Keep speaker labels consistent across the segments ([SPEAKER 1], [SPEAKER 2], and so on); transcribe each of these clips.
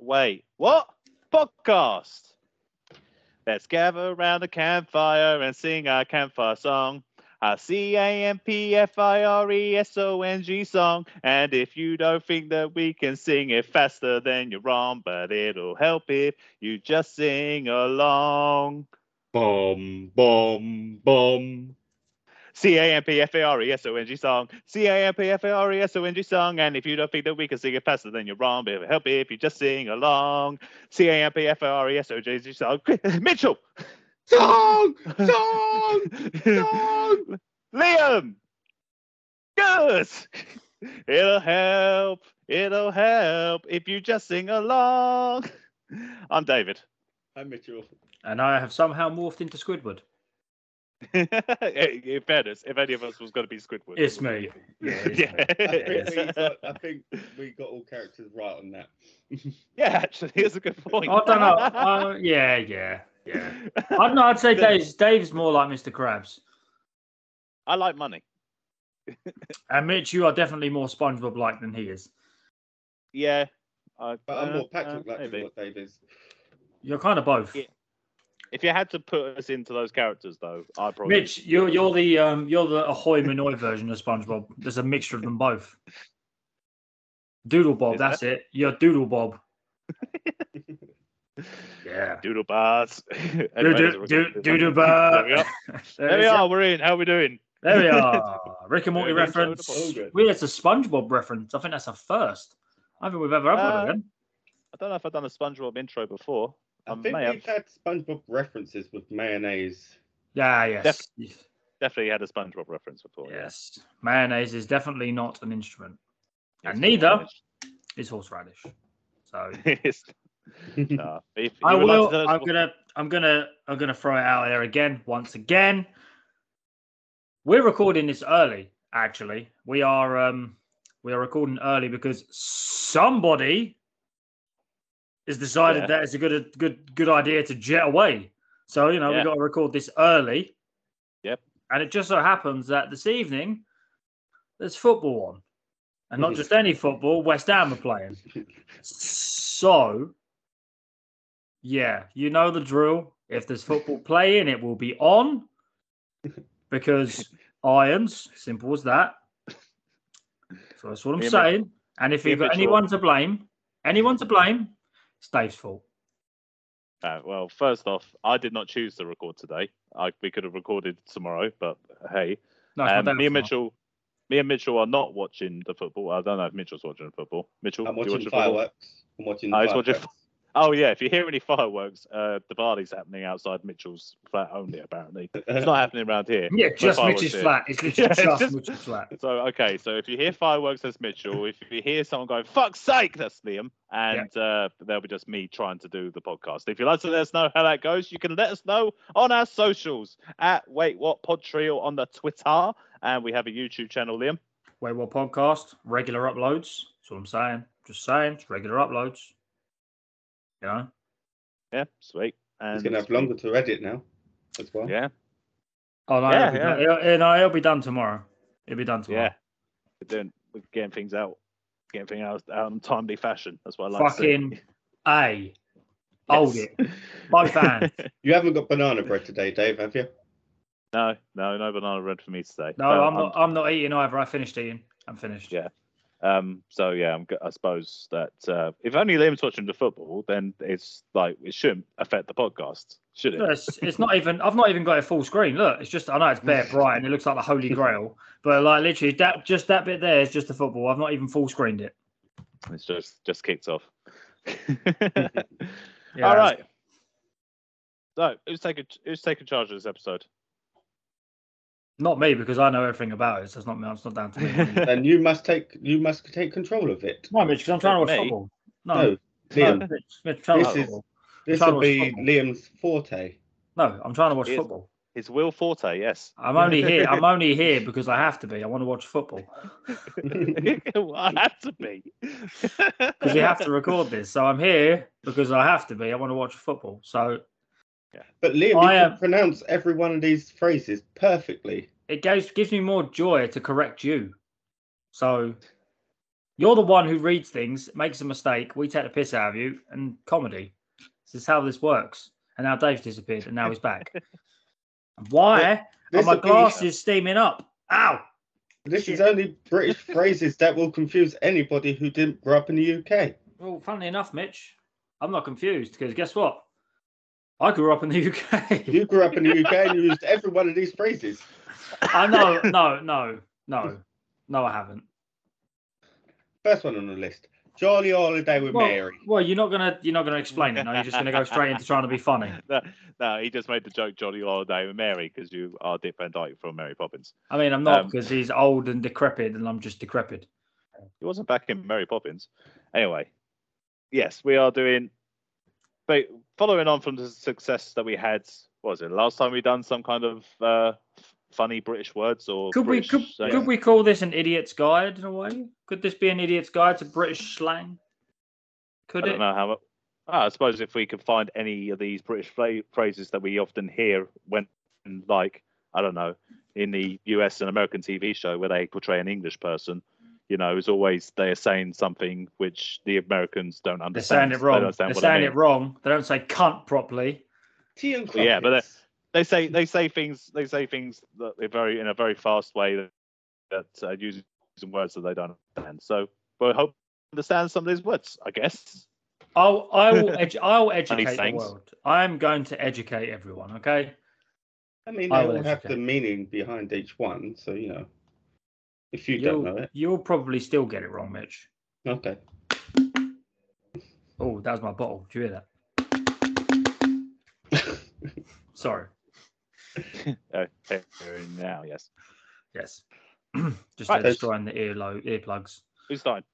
[SPEAKER 1] Wait, what? Podcast. Let's gather around the campfire and sing our campfire song. Our C A M P F I R E S O N G song. And if you don't think that we can sing it faster, then you're wrong. But it'll help if you just sing along.
[SPEAKER 2] Bum, bum, bum.
[SPEAKER 1] C A M P F A R E S O N G song. C A M P F A R E S O N G song. And if you don't think that we can sing it faster, then you're wrong. But it'll help if you just sing along. C A M P F A R E S O N G song. Mitchell!
[SPEAKER 2] Song, song, song.
[SPEAKER 1] Liam! Good! It'll help. It'll help if you just sing along. I'm David.
[SPEAKER 2] I'm Mitchell.
[SPEAKER 3] And I have somehow morphed into Squidward.
[SPEAKER 1] In fairness, if any of us was going to be Squidward, it
[SPEAKER 3] It's
[SPEAKER 1] would
[SPEAKER 3] me.
[SPEAKER 1] be
[SPEAKER 3] Yeah,
[SPEAKER 1] you.
[SPEAKER 3] it's
[SPEAKER 1] Yeah.
[SPEAKER 2] I
[SPEAKER 1] Yeah.
[SPEAKER 2] think, we got, I think we got all characters right on that.
[SPEAKER 1] actually, it's a good point.
[SPEAKER 3] I don't know. Uh, yeah, yeah, yeah. I don't know. I'd say Dave's, Dave's more like Mr. Krabs.
[SPEAKER 1] I like money.
[SPEAKER 3] And Mitch, you are definitely more SpongeBob like than he is.
[SPEAKER 1] Yeah. I,
[SPEAKER 2] But I'm
[SPEAKER 1] uh,
[SPEAKER 2] more Patrick
[SPEAKER 1] uh,
[SPEAKER 2] like than
[SPEAKER 1] maybe.
[SPEAKER 2] what Dave is.
[SPEAKER 3] You're kind of both.
[SPEAKER 1] Yeah. If you had to put us into those characters, though, I'd probably.
[SPEAKER 3] Mitch, you're you're the um, you're the ahoy minoy version of SpongeBob. There's a mixture of them both. Doodle Bob,
[SPEAKER 1] Is
[SPEAKER 3] that's it. You're Doodle Bob. yeah.
[SPEAKER 1] Doodle bars. Anyway,
[SPEAKER 3] Doodle
[SPEAKER 1] there's a
[SPEAKER 3] doo-
[SPEAKER 1] record.
[SPEAKER 3] doodle
[SPEAKER 1] There
[SPEAKER 3] bar.
[SPEAKER 1] we are. There we are. We're in. How are we doing?
[SPEAKER 3] There we are. Rick and Morty
[SPEAKER 1] Very good,
[SPEAKER 3] reference.
[SPEAKER 2] Doodle Bob.
[SPEAKER 3] We had a SpongeBob reference. I think that's a first. I don't think we've ever
[SPEAKER 1] Uh,
[SPEAKER 3] had one.
[SPEAKER 1] I don't know if I've done a SpongeBob intro before.
[SPEAKER 2] I
[SPEAKER 1] I
[SPEAKER 2] think
[SPEAKER 1] may
[SPEAKER 2] we've
[SPEAKER 1] have
[SPEAKER 2] had SpongeBob references with mayonnaise.
[SPEAKER 3] Yeah, yes.
[SPEAKER 1] definitely had a SpongeBob reference before. yeah.
[SPEAKER 3] Yes. Mayonnaise is definitely not an instrument.
[SPEAKER 1] It's
[SPEAKER 3] And neither
[SPEAKER 1] horseradish.
[SPEAKER 3] is horseradish. So
[SPEAKER 1] It's- Nah, if
[SPEAKER 3] I
[SPEAKER 1] you would like to
[SPEAKER 3] will.
[SPEAKER 1] tell us
[SPEAKER 3] I'm
[SPEAKER 1] what-
[SPEAKER 3] gonna. I'm gonna. I'm gonna throw it out there again. Once again, we're recording this early. Actually, we are. Um, we are recording early because somebody has decided
[SPEAKER 1] Yeah.
[SPEAKER 3] that it's a good, a good, good idea to jet away. So you know
[SPEAKER 1] Yeah.
[SPEAKER 3] we've got to record this early.
[SPEAKER 1] Yep.
[SPEAKER 3] And it just so happens that this evening there's football on, and not
[SPEAKER 2] Mhm.
[SPEAKER 3] just any football. West Ham are playing. So, yeah, you know the drill. If there's football playing, it will be on because irons, simple as that. So that's what I'm
[SPEAKER 1] Yeah, mate.
[SPEAKER 3] saying. And if
[SPEAKER 1] Yeah,
[SPEAKER 3] you've got
[SPEAKER 1] but sure.
[SPEAKER 3] anyone to blame, anyone to blame, it's Dave's fault.
[SPEAKER 1] Uh, well, first off, I did not choose to record today. I, we could have recorded tomorrow, but hey,
[SPEAKER 3] No, it's not
[SPEAKER 1] um,
[SPEAKER 3] Dave's
[SPEAKER 1] me and
[SPEAKER 3] fault.
[SPEAKER 1] Mitchell, me and Mitchell are not watching the football. I don't know if Mitchell's watching the football. Mitchell,
[SPEAKER 2] I'm
[SPEAKER 1] do you watch
[SPEAKER 2] watching
[SPEAKER 1] the football?
[SPEAKER 2] fireworks. I'm watching
[SPEAKER 1] I
[SPEAKER 2] the
[SPEAKER 1] was watching
[SPEAKER 2] fireworks.
[SPEAKER 1] Oh yeah, if you hear any fireworks, uh, the party's happening outside Mitchell's flat only. Apparently, it's not happening around here.
[SPEAKER 3] Yeah, just
[SPEAKER 1] fireworks
[SPEAKER 3] Mitch's
[SPEAKER 1] here.
[SPEAKER 3] flat. It's literally
[SPEAKER 1] Yeah, it's
[SPEAKER 3] just
[SPEAKER 1] just-
[SPEAKER 3] Mitch's flat.
[SPEAKER 1] So okay, so if you hear fireworks, that's Mitchell. If you hear someone going "fuck's sake," that's Liam, and uh, that'll be just me trying to do the podcast. If you'd like to let us know how that goes, you can let us know on our socials at Wait What Pod Trio on the Twitter, and we have a YouTube channel, Liam.
[SPEAKER 3] Wait, what podcast? Regular uploads. That's what I'm saying. Just saying, it's regular uploads. You know.
[SPEAKER 1] Yeah, sweet. And
[SPEAKER 2] He's going to have longer to edit now as well.
[SPEAKER 1] Yeah,
[SPEAKER 3] Oh no,
[SPEAKER 1] Yeah,
[SPEAKER 3] it'll, be
[SPEAKER 1] yeah.
[SPEAKER 3] Done, it'll, it'll- no, it'll be done tomorrow. It'll be done tomorrow.
[SPEAKER 1] yeah. We're doing, we're getting things out, getting things out, out in timely fashion. That's what I like. to see.
[SPEAKER 3] Fucking A. Hold
[SPEAKER 1] Yes.
[SPEAKER 3] it. Both hands.
[SPEAKER 2] You haven't got banana bread today, Dave, have you?
[SPEAKER 1] No, no, no banana bread for me today.
[SPEAKER 3] No,
[SPEAKER 1] But um,
[SPEAKER 3] I'm not I'm not eating either. I finished eating. I'm finished.
[SPEAKER 1] Yeah. Um, so yeah, I'm, g- I suppose that uh, if only Liam's watching the football, then it's like it shouldn't affect the podcast, should it?
[SPEAKER 3] No, It's, it's not even I've not even got it full screen. Look, it's just I know it's bare bright and it looks like the holy grail. But like literally that just that bit there is just the football. I've not even full screened it.
[SPEAKER 1] It's just just kicked off.
[SPEAKER 3] Yeah,
[SPEAKER 1] All right. So who's taking who's taking charge of this episode?
[SPEAKER 3] Not me because I know everything about it. So it's not me. It's not down to me.
[SPEAKER 2] Then you must take you must take control of it.
[SPEAKER 3] no, Mitch, because I'm trying to watch
[SPEAKER 1] Me?
[SPEAKER 3] football. No,
[SPEAKER 2] No, Liam.
[SPEAKER 3] no, Mitch, Mitch, I'm trying to
[SPEAKER 2] This
[SPEAKER 3] watch
[SPEAKER 2] is-
[SPEAKER 3] football.
[SPEAKER 2] This
[SPEAKER 3] trying to
[SPEAKER 2] will
[SPEAKER 3] watch
[SPEAKER 2] be
[SPEAKER 3] football.
[SPEAKER 2] Liam's forte.
[SPEAKER 3] No, I'm trying to watch
[SPEAKER 1] Yes.
[SPEAKER 3] football.
[SPEAKER 1] It's Will Forte, yes.
[SPEAKER 3] I'm only here. I'm only here because I have to be. I want to watch football
[SPEAKER 1] I had to be.
[SPEAKER 3] because we have to record this. So I'm here because I have to be. I want to watch football. So
[SPEAKER 2] But Liam, you
[SPEAKER 3] I
[SPEAKER 2] can
[SPEAKER 3] am-
[SPEAKER 2] pronounce every one of these phrases perfectly.
[SPEAKER 3] it gives gives me more joy to correct you. So You're the one who reads things, makes a mistake, we take the piss out of you, and comedy. This is how this works. And now Dave's disappeared, and now he's back. And Why are
[SPEAKER 2] This
[SPEAKER 3] my
[SPEAKER 2] will be-
[SPEAKER 3] glasses steaming up? Ow!
[SPEAKER 2] This is
[SPEAKER 3] Shit.
[SPEAKER 2] only British phrases that will confuse anybody who didn't grow up in the UK.
[SPEAKER 3] Well, funnily enough, Mitch, I'm not confused because guess what? I grew up in the UK.
[SPEAKER 2] You grew up in the UK and used every one of these phrases.
[SPEAKER 3] I know, no, no, no, no, I haven't.
[SPEAKER 2] First one on the list: Jolly Holiday with
[SPEAKER 3] Well,
[SPEAKER 2] Mary.
[SPEAKER 3] well, you're not gonna, you're not gonna explain it. No, you're just gonna go straight into trying to be funny.
[SPEAKER 1] No, no, he just made the joke Johnny Holiday with Mary because you are Dick Van Dyke from Mary Poppins.
[SPEAKER 3] I mean, I'm not
[SPEAKER 1] Um,
[SPEAKER 3] because he's old and decrepit, and I'm just decrepit.
[SPEAKER 1] He wasn't back in Mary Poppins. Anyway, yes, we are doing. But following on from the success that we had, what was it last time we done some kind of uh, f- funny British words or
[SPEAKER 3] Could
[SPEAKER 1] British
[SPEAKER 3] we, could,
[SPEAKER 1] saying?
[SPEAKER 3] could we call this an idiot's guide in a way? Could this be an idiot's guide to British slang? Could
[SPEAKER 1] I
[SPEAKER 3] it?
[SPEAKER 1] don't know how. mu- Ah, I suppose if we could find any of these British phla- phrases that we often hear when, like, I don't know, in the US and American TV show where they portray an English person, you know, it's always they're saying something which the Americans don't
[SPEAKER 3] They're
[SPEAKER 1] understand.
[SPEAKER 3] saying it
[SPEAKER 1] They don't
[SPEAKER 3] wrong.
[SPEAKER 1] understand
[SPEAKER 3] They're
[SPEAKER 1] what I
[SPEAKER 3] saying
[SPEAKER 1] mean.
[SPEAKER 3] it wrong. They don't say cunt properly.
[SPEAKER 2] Tea and crumpets.
[SPEAKER 1] Yeah, but uh, that- they say they say things they say things that they're very in a very fast way that, that uh, uses words that they don't understand. So we hope they understand some of these words, I guess.
[SPEAKER 3] I'll I will edu- I'll
[SPEAKER 1] Funny
[SPEAKER 3] educate the
[SPEAKER 1] things.
[SPEAKER 3] world. I am going to educate everyone. Okay.
[SPEAKER 2] I mean, they all
[SPEAKER 3] I would
[SPEAKER 2] have the
[SPEAKER 3] educate.
[SPEAKER 2] meaning behind each one, so you know. If you
[SPEAKER 3] You'll,
[SPEAKER 2] don't know it,
[SPEAKER 3] you'll probably still get it wrong, Mitch.
[SPEAKER 2] okay.
[SPEAKER 3] Oh, that was my bottle. Do you hear that? Sorry.
[SPEAKER 1] Uh, here now, yes.
[SPEAKER 3] Yes. Just
[SPEAKER 1] Right,
[SPEAKER 2] there's-
[SPEAKER 3] destroying the earlo- earplugs.
[SPEAKER 1] Who's starting?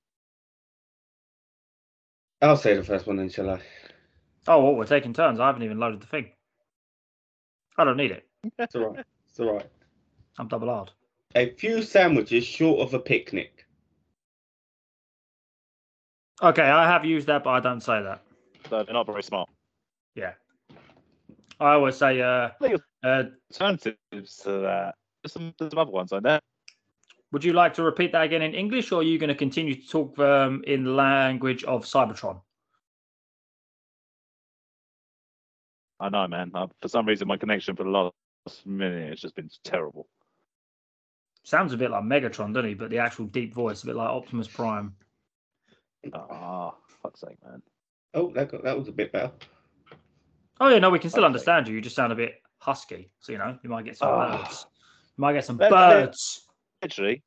[SPEAKER 2] I'll say the first one then, shall I?
[SPEAKER 3] Oh, well, we're taking turns. I haven't even loaded the thing. I don't need it.
[SPEAKER 2] It's all right. It's all right.
[SPEAKER 3] I'm double R'd.
[SPEAKER 2] A few sandwiches short of a picnic.
[SPEAKER 3] Okay, I have used that, but I don't say that.
[SPEAKER 1] So Uh, they're not very smart.
[SPEAKER 3] I always say, uh,
[SPEAKER 1] Please.
[SPEAKER 3] uh,
[SPEAKER 1] alternatives to that. There's some, there's some other ones on there.
[SPEAKER 3] would you like to repeat that again in English, or are you going to continue to talk um, in the language of Cybertron?
[SPEAKER 1] I know, man. Uh for some reason, my connection for the last minute has just been terrible.
[SPEAKER 3] Sounds a bit like Megatron, doesn't he? But the actual deep voice, a bit like Optimus Prime.
[SPEAKER 1] Ah, fuck's sake, man.
[SPEAKER 2] Oh, that got, that was a bit better.
[SPEAKER 3] Oh yeah, no, we can still
[SPEAKER 1] Okay.
[SPEAKER 3] understand you. You just sound a bit husky, so you know you might get some
[SPEAKER 1] Ah.
[SPEAKER 3] birds. You might get some
[SPEAKER 1] Let- let-
[SPEAKER 3] birds.
[SPEAKER 1] Literally,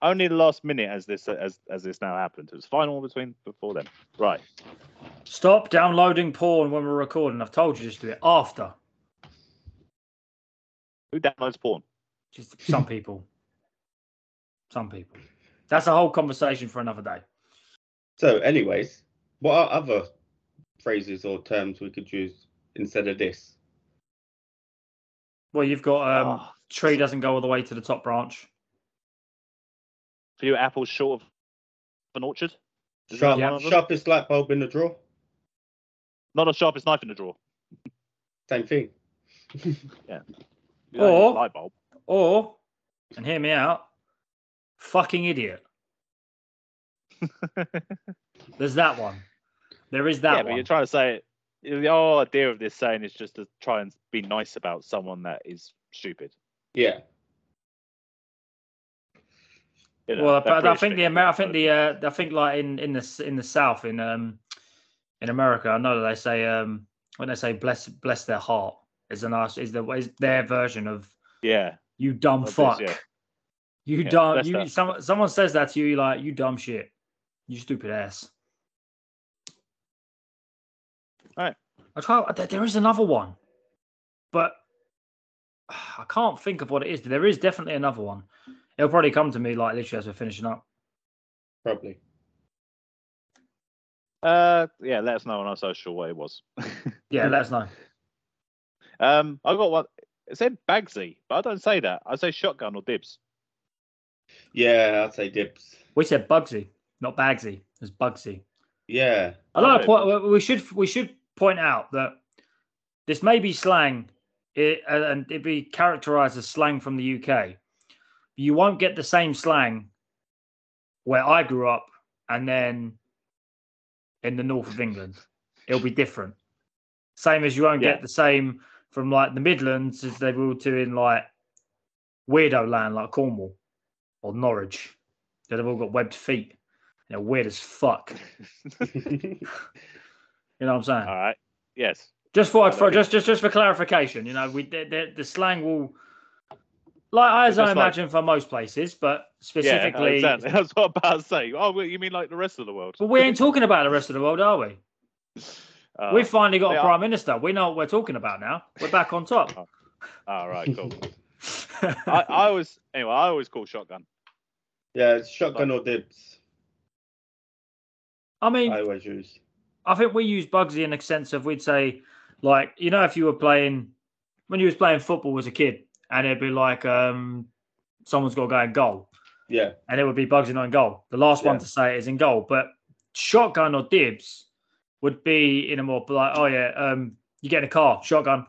[SPEAKER 1] only the last minute as this as as this now happened. It was final between before then. Right.
[SPEAKER 3] Stop downloading porn when we're recording. I've told you just do it after.
[SPEAKER 1] Who downloads porn?
[SPEAKER 3] Just some people. Some people. That's a whole conversation for another day.
[SPEAKER 2] So, anyways, what are other phrases or terms we could use instead of this?
[SPEAKER 3] Well, you've got um,
[SPEAKER 1] Ah,
[SPEAKER 3] tree doesn't go all the way to the top branch.
[SPEAKER 1] for you, apples short of an orchard. Is that
[SPEAKER 2] Sharp,
[SPEAKER 1] one of them?
[SPEAKER 2] Sharpest light bulb in the drawer.
[SPEAKER 1] Not a sharpest knife in the drawer.
[SPEAKER 2] Same thing.
[SPEAKER 1] You don't
[SPEAKER 3] Or-
[SPEAKER 1] use a light bulb.
[SPEAKER 3] Or, and hear me out, fucking idiot. There's that one. There is that
[SPEAKER 1] yeah, but
[SPEAKER 3] one.
[SPEAKER 1] you're trying to say the whole idea of this saying is just to try and be nice about someone that is stupid.
[SPEAKER 2] Yeah.
[SPEAKER 1] You know,
[SPEAKER 3] well,
[SPEAKER 1] that
[SPEAKER 3] but I
[SPEAKER 1] British
[SPEAKER 3] think the
[SPEAKER 1] thing.
[SPEAKER 3] Amer- I think the uh, I think like in in the s- in the South in um in America, I know that they say um when they say bless bless their heart is a nice is the is their version of
[SPEAKER 1] yeah,
[SPEAKER 3] you dumb
[SPEAKER 1] Of this,
[SPEAKER 3] Oh, fuck.
[SPEAKER 1] yeah.
[SPEAKER 3] You
[SPEAKER 1] Yeah,
[SPEAKER 3] dumb.
[SPEAKER 1] that's
[SPEAKER 3] You
[SPEAKER 1] that.
[SPEAKER 3] someone someone says that to you, you're like you dumb shit. You stupid ass.
[SPEAKER 1] Alright.
[SPEAKER 3] I try. there- There is another one, but I can't think of what it is. There is definitely another one. It'll probably come to me like literally as we're finishing up.
[SPEAKER 2] Probably.
[SPEAKER 1] uh, yeah. Let us know on our social what it was. Mm.
[SPEAKER 3] Yeah, let us know.
[SPEAKER 1] Um, I got one. It said Bagsy, but I don't say that. I say shotgun or dibs.
[SPEAKER 2] Yeah, I'd say dibs.
[SPEAKER 3] We said Bugsy, not Bagsy. It's Bugsy.
[SPEAKER 2] Yeah.
[SPEAKER 3] I
[SPEAKER 1] Okay.
[SPEAKER 3] like to point. we- We should we should point out that this may be slang, it, and and it be characterized as slang from the UK. You won't get the same slang where I grew up and then in the north of England. It'll be different. Same as you won't
[SPEAKER 1] Yeah.
[SPEAKER 3] get the same from like the Midlands as they will to in like weirdo land like Cornwall or Norwich. That have all got webbed feet. They're weird as fuck. You know what I'm saying?
[SPEAKER 1] All right. Yes.
[SPEAKER 3] Just for,
[SPEAKER 1] I
[SPEAKER 3] for
[SPEAKER 1] don't
[SPEAKER 3] just just just for clarification, you know, we the, the, the slang will like as
[SPEAKER 1] Just
[SPEAKER 3] I
[SPEAKER 1] like-
[SPEAKER 3] imagine for most places, but specifically.
[SPEAKER 1] Yeah, exactly. That's what I'm about to say. Oh, well, you mean like the rest of the world?
[SPEAKER 3] But we ain't talking about the rest of the world, are we?
[SPEAKER 1] Uh,
[SPEAKER 3] We've finally got
[SPEAKER 1] they
[SPEAKER 3] a
[SPEAKER 1] are-
[SPEAKER 3] prime minister. We know what we're talking about now. We're back on top.
[SPEAKER 1] all right, cool. I, I always anyway. I always call shotgun.
[SPEAKER 2] yeah, it's shotgun or dibs.
[SPEAKER 3] I mean,
[SPEAKER 2] I always use.
[SPEAKER 3] I think we use Bugsy in the sense of we'd say, like, you know, if you were playing when you was playing football as a kid, and it'd be like, um, someone's got to go in goal,
[SPEAKER 2] Yeah,
[SPEAKER 3] and it would be Bugsy not in goal. The last one
[SPEAKER 2] Yeah.
[SPEAKER 3] to say it is in goal, but shotgun or dibs would be in a more like, oh yeah, um, you get in a car, shotgun,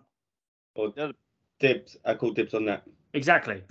[SPEAKER 2] or
[SPEAKER 1] No.
[SPEAKER 2] dibs. I call dibs on that.
[SPEAKER 3] exactly.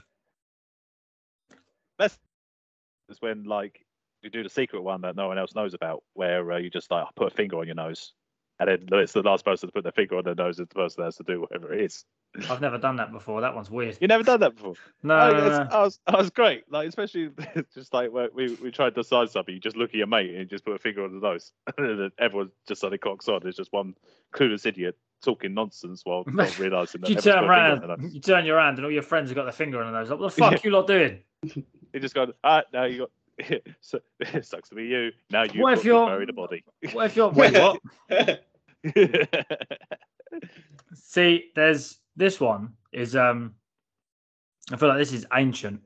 [SPEAKER 1] It's when like you do the secret one that no one else knows about, where uh, you just like put a finger on your nose, and then it's the last person to put their finger on their nose is the person that has to do whatever it is.
[SPEAKER 3] I've never done that before. That one's weird.
[SPEAKER 1] You never done that before.
[SPEAKER 3] No,
[SPEAKER 1] Like,
[SPEAKER 3] no,
[SPEAKER 1] Oh, it's-
[SPEAKER 3] no.
[SPEAKER 1] I was, I was great. Like especially just like where we we tried to decide something, you just look at your mate and you just put a finger on the nose, and then everyone just suddenly cocks on. There's just one clueless idiot talking nonsense while not realizing that
[SPEAKER 3] you
[SPEAKER 1] everyone's
[SPEAKER 3] turn
[SPEAKER 1] put a finger on their
[SPEAKER 3] around,
[SPEAKER 1] nose.
[SPEAKER 3] you turn your hand, and all your friends have got their finger on their nose. Like, what the fuck you lot doing?
[SPEAKER 1] He just goes, ah, now you got. so, it sucks to be you. Now you've
[SPEAKER 3] What
[SPEAKER 1] got
[SPEAKER 3] if
[SPEAKER 1] to
[SPEAKER 3] you're-
[SPEAKER 1] bury the body.
[SPEAKER 3] What if you're wait what? See, there's this one is um I feel like this is ancient.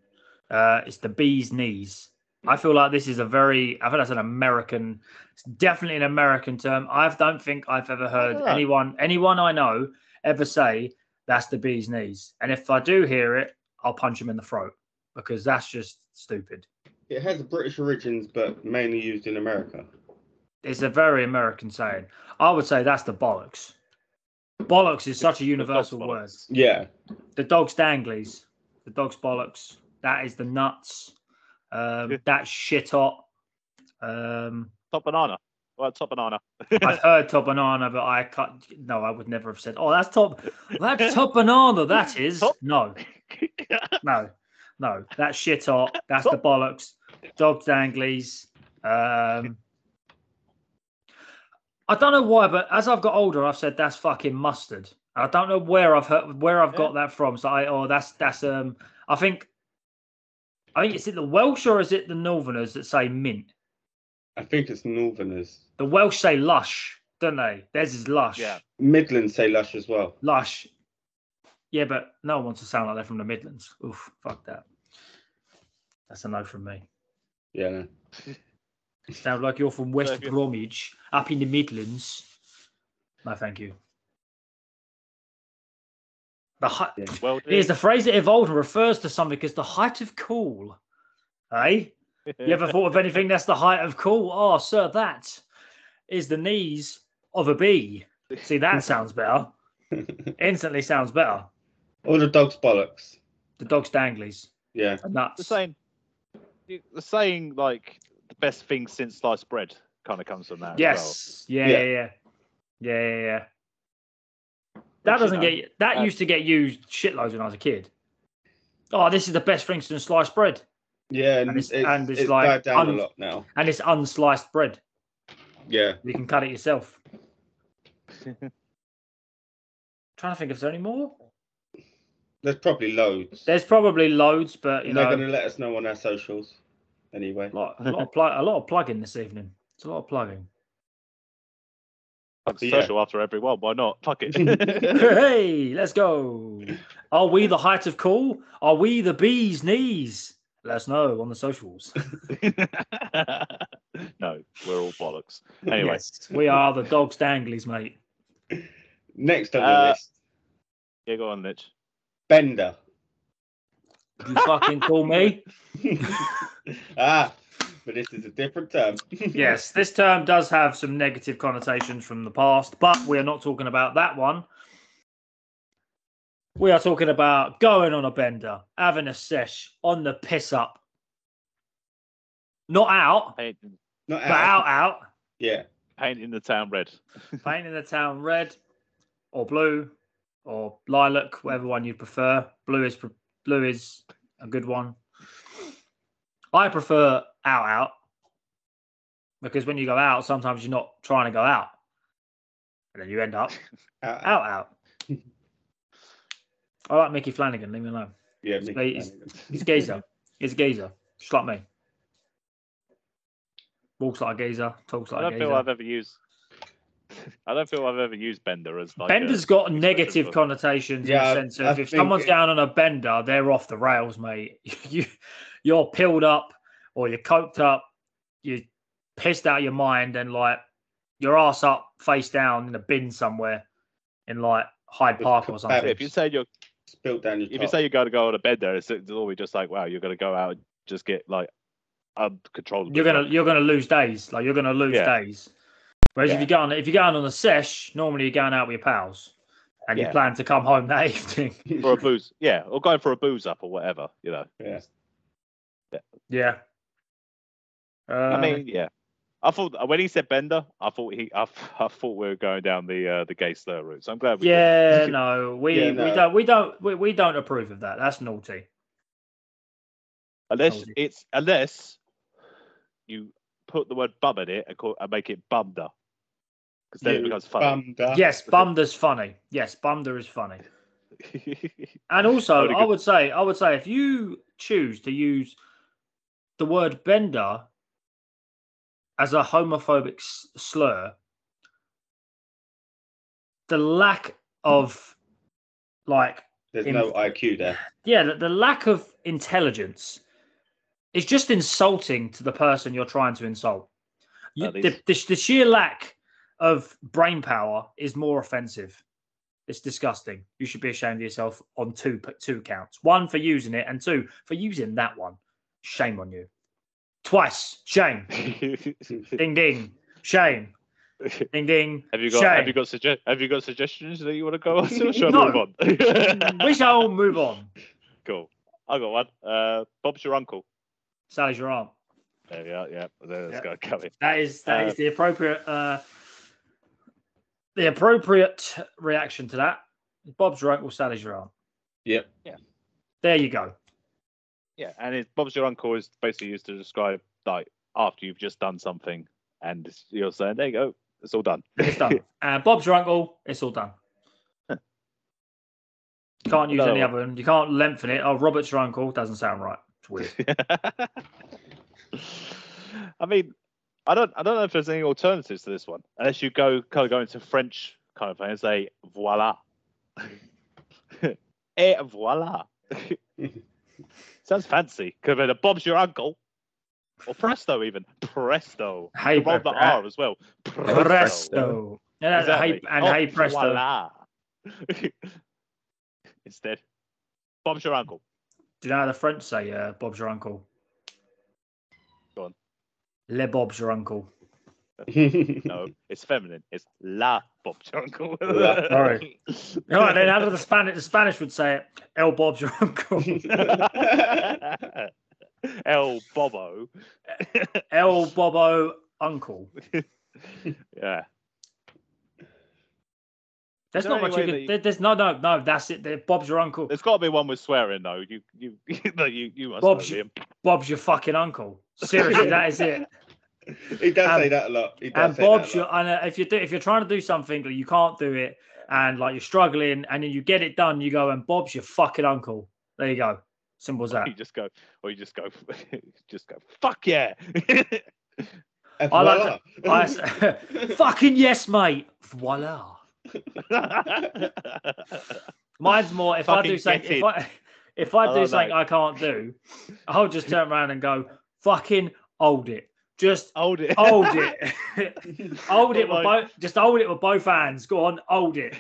[SPEAKER 3] Uh it's the bee's knees. I feel like this is a very I think that's an American it's definitely an American term. I don't think I've ever heard
[SPEAKER 1] know.
[SPEAKER 3] anyone anyone I know ever say that's the bee's knees. And if I do hear it, I'll punch him in the throat because that's just stupid.
[SPEAKER 2] it has British origins, but mainly used in America.
[SPEAKER 3] It's a very American saying. I would say that's the bollocks. Bollocks is such a universal word.
[SPEAKER 1] words.
[SPEAKER 2] Yeah,
[SPEAKER 3] the dog's danglies, the dog's bollocks. That is the nuts. Um, that's shit hot. Um,
[SPEAKER 1] Top banana. Well, top banana.
[SPEAKER 3] I've heard top banana, but I can't. No, I would never have said. Oh, that's top. That's top banana. That is
[SPEAKER 1] Top-
[SPEAKER 3] no, no, no. That's shit hot. That's the
[SPEAKER 1] Top-
[SPEAKER 3] bollocks. Dog's danglies. Um, I don't know why, but as I've got older, I've said that's fucking mustard. I don't know where I've heard, where I've got that from. So I oh that's that's um I think I think is it the Welsh or is it the Northerners that say mint?
[SPEAKER 2] I think it's Northerners.
[SPEAKER 3] The Welsh say lush, don't they? Theirs is lush.
[SPEAKER 1] Yeah.
[SPEAKER 2] Midlands say lush as well.
[SPEAKER 3] Lush. Yeah, but no one wants to sound like they're from the Midlands. Oof, fuck that. That's a no from me.
[SPEAKER 2] Yeah, no.
[SPEAKER 3] Sound like you're from West
[SPEAKER 1] if you-
[SPEAKER 3] Bromwich, up in the Midlands. No, thank you. The hi-
[SPEAKER 2] Yeah.
[SPEAKER 1] Well,
[SPEAKER 3] Here's the phrase that evolved and refers to something as the height of cool. Hey, you ever thought of anything that's the height of cool? Oh, sir, that is the knees of a bee. See, that sounds better. Instantly sounds better.
[SPEAKER 2] All the dogs bollocks.
[SPEAKER 3] The dog's danglies
[SPEAKER 2] Yeah,
[SPEAKER 3] are nuts.
[SPEAKER 1] the saying, the saying like the best thing since sliced bread kind of comes from that. as
[SPEAKER 3] Yes. Yeah, yeah,
[SPEAKER 2] Yeah.
[SPEAKER 3] yeah. Yeah, yeah, yeah.
[SPEAKER 1] Which,
[SPEAKER 3] That
[SPEAKER 1] you
[SPEAKER 3] doesn't
[SPEAKER 1] know,
[SPEAKER 3] get that
[SPEAKER 1] uh,
[SPEAKER 3] used to get used shitloads when I was a kid. Oh, this is the best thing since sliced bread.
[SPEAKER 2] yeah, and,
[SPEAKER 3] And it's-
[SPEAKER 2] it's, it's,
[SPEAKER 3] and it's like
[SPEAKER 2] like died down
[SPEAKER 3] un-
[SPEAKER 2] a lot now.
[SPEAKER 3] And it's unsliced bread.
[SPEAKER 2] Yeah,
[SPEAKER 3] You can cut it yourself. Trying to think if there's any more.
[SPEAKER 2] there's probably loads.
[SPEAKER 3] There's probably loads, but you
[SPEAKER 2] they're
[SPEAKER 3] know,
[SPEAKER 2] going to let us know on our socials. Anyway,
[SPEAKER 3] a lot, a lot of plug, a lot of plugging this evening. It's a lot of plugging.
[SPEAKER 1] fuck
[SPEAKER 2] yeah.
[SPEAKER 1] social after every one. Why not? Fuck it.
[SPEAKER 3] hey, let's go. Are we the height of cool? Are we the bee's knees? Let us know on the socials.
[SPEAKER 1] no, we're all bollocks. Anyway,
[SPEAKER 3] we are the dog's danglies, mate.
[SPEAKER 2] next on the
[SPEAKER 1] Uh,
[SPEAKER 2] list,
[SPEAKER 1] yeah, go on, Lich.
[SPEAKER 2] Bender.
[SPEAKER 3] You fucking call me?
[SPEAKER 2] ah, but this is a different term.
[SPEAKER 3] Yes, this term does have some negative connotations from the past, but we are not talking about that one. We are talking about going on a bender, having a sesh on the piss up. Not out,
[SPEAKER 1] Paint,
[SPEAKER 2] Not
[SPEAKER 3] but
[SPEAKER 2] out.
[SPEAKER 3] out, out.
[SPEAKER 2] Yeah.
[SPEAKER 1] painting the town red.
[SPEAKER 3] Painting the town red or blue or lilac, whatever one you prefer. Blue is pre- blue is a good one. I prefer out out because when you go out, sometimes you're not trying to go out, and then you end up
[SPEAKER 2] Out.
[SPEAKER 3] out out. I like Mickey Flanagan. Leave me alone.
[SPEAKER 2] Yeah.
[SPEAKER 3] He's-
[SPEAKER 2] Mickey
[SPEAKER 3] he's-
[SPEAKER 2] Flanagan.
[SPEAKER 3] He's a geezer. He's a geezer, just like me. Walks like a geezer, talks
[SPEAKER 1] I
[SPEAKER 3] like a
[SPEAKER 1] don't feel
[SPEAKER 3] geezer.
[SPEAKER 1] I've ever used. I don't feel I've ever used Bender as like.
[SPEAKER 3] Bender's
[SPEAKER 1] Bender's.
[SPEAKER 3] got negative connotations
[SPEAKER 2] Yeah, I-
[SPEAKER 3] in the sense
[SPEAKER 2] I
[SPEAKER 3] of if
[SPEAKER 2] think
[SPEAKER 3] someone's
[SPEAKER 2] it-
[SPEAKER 3] down on a bender, they're off the rails, mate. You, you're peeled up, or you're coked up, you're pissed out of your mind, and like your ass up, face down in a bin somewhere in like Hyde
[SPEAKER 2] With
[SPEAKER 3] Park or
[SPEAKER 2] kebabs.
[SPEAKER 3] something.
[SPEAKER 1] if you say you're,
[SPEAKER 2] Spilt down your
[SPEAKER 1] if you
[SPEAKER 2] top.
[SPEAKER 1] say you got to go on a Bender, it's, it's always just like, wow, you're gonna go out, and just get like uncontrollable.
[SPEAKER 3] you're gonna you're gonna lose days. Like you're gonna lose
[SPEAKER 1] Yeah.
[SPEAKER 3] days. Whereas if
[SPEAKER 2] Yeah.
[SPEAKER 3] you go on if you're going on a sesh, normally you're going out with your pals, and
[SPEAKER 1] Yeah.
[SPEAKER 3] you plan to come home that evening.
[SPEAKER 1] for a booze, yeah, or going for a booze up or whatever, you know.
[SPEAKER 2] Yeah.
[SPEAKER 3] Yeah. Uh,
[SPEAKER 1] I mean, yeah. I thought when he said Bender, I thought he, I, I thought we were going down the uh, the gay slur route. So I'm glad we.
[SPEAKER 3] yeah, no, we
[SPEAKER 2] Yeah,
[SPEAKER 3] we
[SPEAKER 2] no.
[SPEAKER 3] don't we don't we, we don't approve of that. That's naughty.
[SPEAKER 1] Unless
[SPEAKER 3] Told you.
[SPEAKER 1] it's unless you put the word bum in it and, call, and make it bumder, because then it
[SPEAKER 2] You
[SPEAKER 1] becomes funny.
[SPEAKER 2] bummed up.
[SPEAKER 3] Yes, Bumder's funny. Yes, Bumder is funny. And also,
[SPEAKER 1] Only
[SPEAKER 3] I
[SPEAKER 1] good-
[SPEAKER 3] would say, I would say, if you choose to use the word bender as a homophobic s- slur, the lack of, like,
[SPEAKER 2] There's
[SPEAKER 3] in-
[SPEAKER 2] no IQ there.
[SPEAKER 3] yeah, the, the lack of intelligence is just insulting to the person you're trying to insult. You,
[SPEAKER 1] That is-
[SPEAKER 3] the, the, the sheer lack of brain power is more offensive. It's disgusting. You should be ashamed of yourself on two two counts: one for using it, and two for using that one. Shame on you. Twice, shame. Ding ding, shame. Ding ding.
[SPEAKER 1] have you got
[SPEAKER 3] Shame.
[SPEAKER 1] have you got suge- have you got suggestions that you want to go on to? Or shall
[SPEAKER 3] No.
[SPEAKER 1] I move on?
[SPEAKER 3] we shall move on.
[SPEAKER 1] cool. I got one. Uh, Bob's your uncle.
[SPEAKER 3] Sally's your aunt.
[SPEAKER 1] There we are. Yeah, there's
[SPEAKER 3] Yeah.
[SPEAKER 1] yeah. got coming.
[SPEAKER 3] That is that is
[SPEAKER 1] Uh,
[SPEAKER 3] the appropriate uh, the appropriate reaction to that. Bob's your uncle, Sally's your aunt.
[SPEAKER 2] Yep.
[SPEAKER 1] Yeah.
[SPEAKER 3] There you go.
[SPEAKER 1] Yeah, and it's Bob's your uncle is basically used to describe like after you've just done something and it's- you're saying, there you go, it's all done.
[SPEAKER 3] It's done. uh, Bob's your uncle. It's all done. Can't use
[SPEAKER 1] Another
[SPEAKER 3] any
[SPEAKER 1] one.
[SPEAKER 3] other one. You can't lengthen it. Oh, Robert's your uncle. Doesn't sound right. It's weird.
[SPEAKER 1] I mean, I don't, I don't know if there's any alternatives to this one, unless you go kind of go into French kind of thing and say voila, et voila. Sounds fancy. Could have been a Bob's your uncle, or presto even presto.
[SPEAKER 3] hey,
[SPEAKER 1] You rolled the
[SPEAKER 3] Bre-
[SPEAKER 1] R as well.
[SPEAKER 3] presto. Yeah, that's a hey-
[SPEAKER 1] Exactly.
[SPEAKER 3] and
[SPEAKER 1] Oh,
[SPEAKER 3] hey, presto.
[SPEAKER 1] voila. Instead, Bob's your uncle.
[SPEAKER 3] Do you know how the French say uh, Bob's your uncle?
[SPEAKER 1] Go on.
[SPEAKER 3] Le Bob's your uncle.
[SPEAKER 1] No, it's feminine. It's la Bob's your uncle.
[SPEAKER 2] La-
[SPEAKER 3] sorry. All right, then how do the Spanish? The Spanish would say it. El Bob's your uncle.
[SPEAKER 1] El Bobo.
[SPEAKER 3] El Bobo uncle.
[SPEAKER 1] Yeah.
[SPEAKER 3] There's
[SPEAKER 1] there
[SPEAKER 3] not
[SPEAKER 1] any
[SPEAKER 3] much you
[SPEAKER 1] way
[SPEAKER 3] can.
[SPEAKER 1] that you-
[SPEAKER 3] there- There's no, no, no. That's it. there- Bob's your uncle.
[SPEAKER 1] There's got to be one with swearing though. You, you, no, you, you must.
[SPEAKER 3] Bob's
[SPEAKER 1] know,
[SPEAKER 3] your-
[SPEAKER 1] Liam.
[SPEAKER 3] Bob's your fucking uncle. Seriously, that is it.
[SPEAKER 2] he does
[SPEAKER 3] And-
[SPEAKER 2] say that a lot. He does
[SPEAKER 3] And
[SPEAKER 2] say that a
[SPEAKER 3] Bob's your.
[SPEAKER 2] lot.
[SPEAKER 3] And uh, if you do, if you're trying to do something that you can't do it, and like you're struggling, and then you get it done, you go and Bob's your fucking uncle. There you go. Simple as that.
[SPEAKER 1] You just go, or you just go, just go. Fuck yeah.
[SPEAKER 2] And
[SPEAKER 3] I like
[SPEAKER 2] voila.
[SPEAKER 3] I s- fucking yes, mate. Voila. Mine's more if I do
[SPEAKER 1] Fucking
[SPEAKER 3] something
[SPEAKER 1] get
[SPEAKER 3] if
[SPEAKER 1] in.
[SPEAKER 3] I if I
[SPEAKER 1] I
[SPEAKER 3] do
[SPEAKER 1] love
[SPEAKER 3] something
[SPEAKER 1] that.
[SPEAKER 3] I can't do, I'll just turn around and go, fucking hold it. Just
[SPEAKER 1] Hold it.
[SPEAKER 3] hold it. hold it with
[SPEAKER 1] Like-
[SPEAKER 3] both just hold it with both hands. Go on, hold it.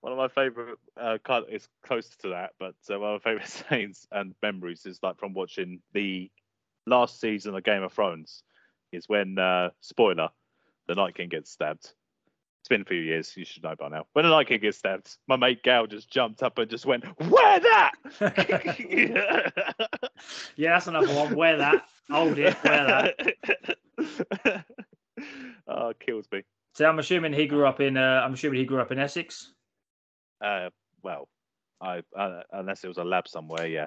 [SPEAKER 1] One of my favorite uh, kind it's close to that, but uh, one of my favorite sayings and memories is like from watching the last season of Game of Thrones. Is when uh, spoiler, the Night King gets stabbed. It's been a few years, you should know by now. When the Night King gets stabbed, my mate Gal just jumped up and just went, "Where that?"
[SPEAKER 3] yeah, that's another one. Wear that. Oh dear, wear that.
[SPEAKER 1] oh, kills me.
[SPEAKER 3] So I'm assuming he grew up in. Uh, I'm assuming he grew up in Essex.
[SPEAKER 1] Uh, well, I uh, unless it was a lab somewhere, yeah.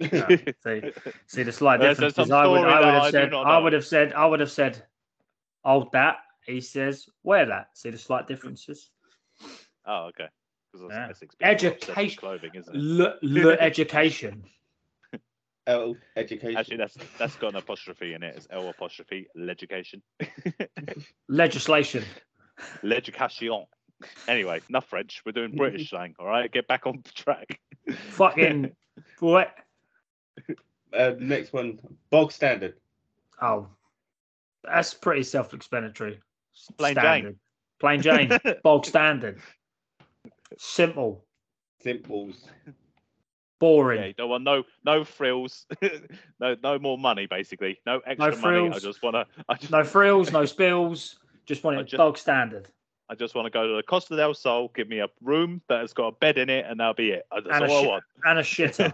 [SPEAKER 3] No. See, see the slight
[SPEAKER 1] There's-
[SPEAKER 3] difference.
[SPEAKER 1] there's
[SPEAKER 3] 'cause
[SPEAKER 1] some
[SPEAKER 3] I would,
[SPEAKER 1] story
[SPEAKER 3] I
[SPEAKER 1] that
[SPEAKER 3] would
[SPEAKER 1] I
[SPEAKER 3] have
[SPEAKER 1] do
[SPEAKER 3] said.
[SPEAKER 1] not
[SPEAKER 3] I
[SPEAKER 1] know.
[SPEAKER 3] would have said. I would have said. Hold that. He says, wear that. See the slight differences.
[SPEAKER 1] oh, okay. Because
[SPEAKER 3] Yeah.
[SPEAKER 1] Essex being more obsessed with
[SPEAKER 3] Education-
[SPEAKER 1] clothing, isn't
[SPEAKER 3] Le, le education.
[SPEAKER 2] L
[SPEAKER 1] it?
[SPEAKER 2] education.
[SPEAKER 1] Actually, that's that's got an apostrophe in it. It's L apostrophe legication.
[SPEAKER 3] Legislation.
[SPEAKER 1] Legication. Anyway, enough French. We're doing British slang. All right, get back on track.
[SPEAKER 3] Fucking. what?
[SPEAKER 2] Uh, next one, bog standard.
[SPEAKER 3] Oh. That's pretty self explanatory.
[SPEAKER 1] Plain Jane.
[SPEAKER 3] Plain Jane. Bog standard. Simple.
[SPEAKER 2] Simples.
[SPEAKER 3] Boring.
[SPEAKER 1] Yeah, you don't want no no frills, no no more money basically, no extra money. I
[SPEAKER 3] frills.
[SPEAKER 1] just wanna I just
[SPEAKER 3] No frills, no spills. Just want
[SPEAKER 1] I
[SPEAKER 3] it
[SPEAKER 1] ju-
[SPEAKER 3] bog standard.
[SPEAKER 1] I just want to go to the Costa del Sol, give me a room that has got a bed in it, and that'll be it. I- That's
[SPEAKER 3] And a
[SPEAKER 1] all
[SPEAKER 3] sh-
[SPEAKER 1] I want.
[SPEAKER 3] And a shitter.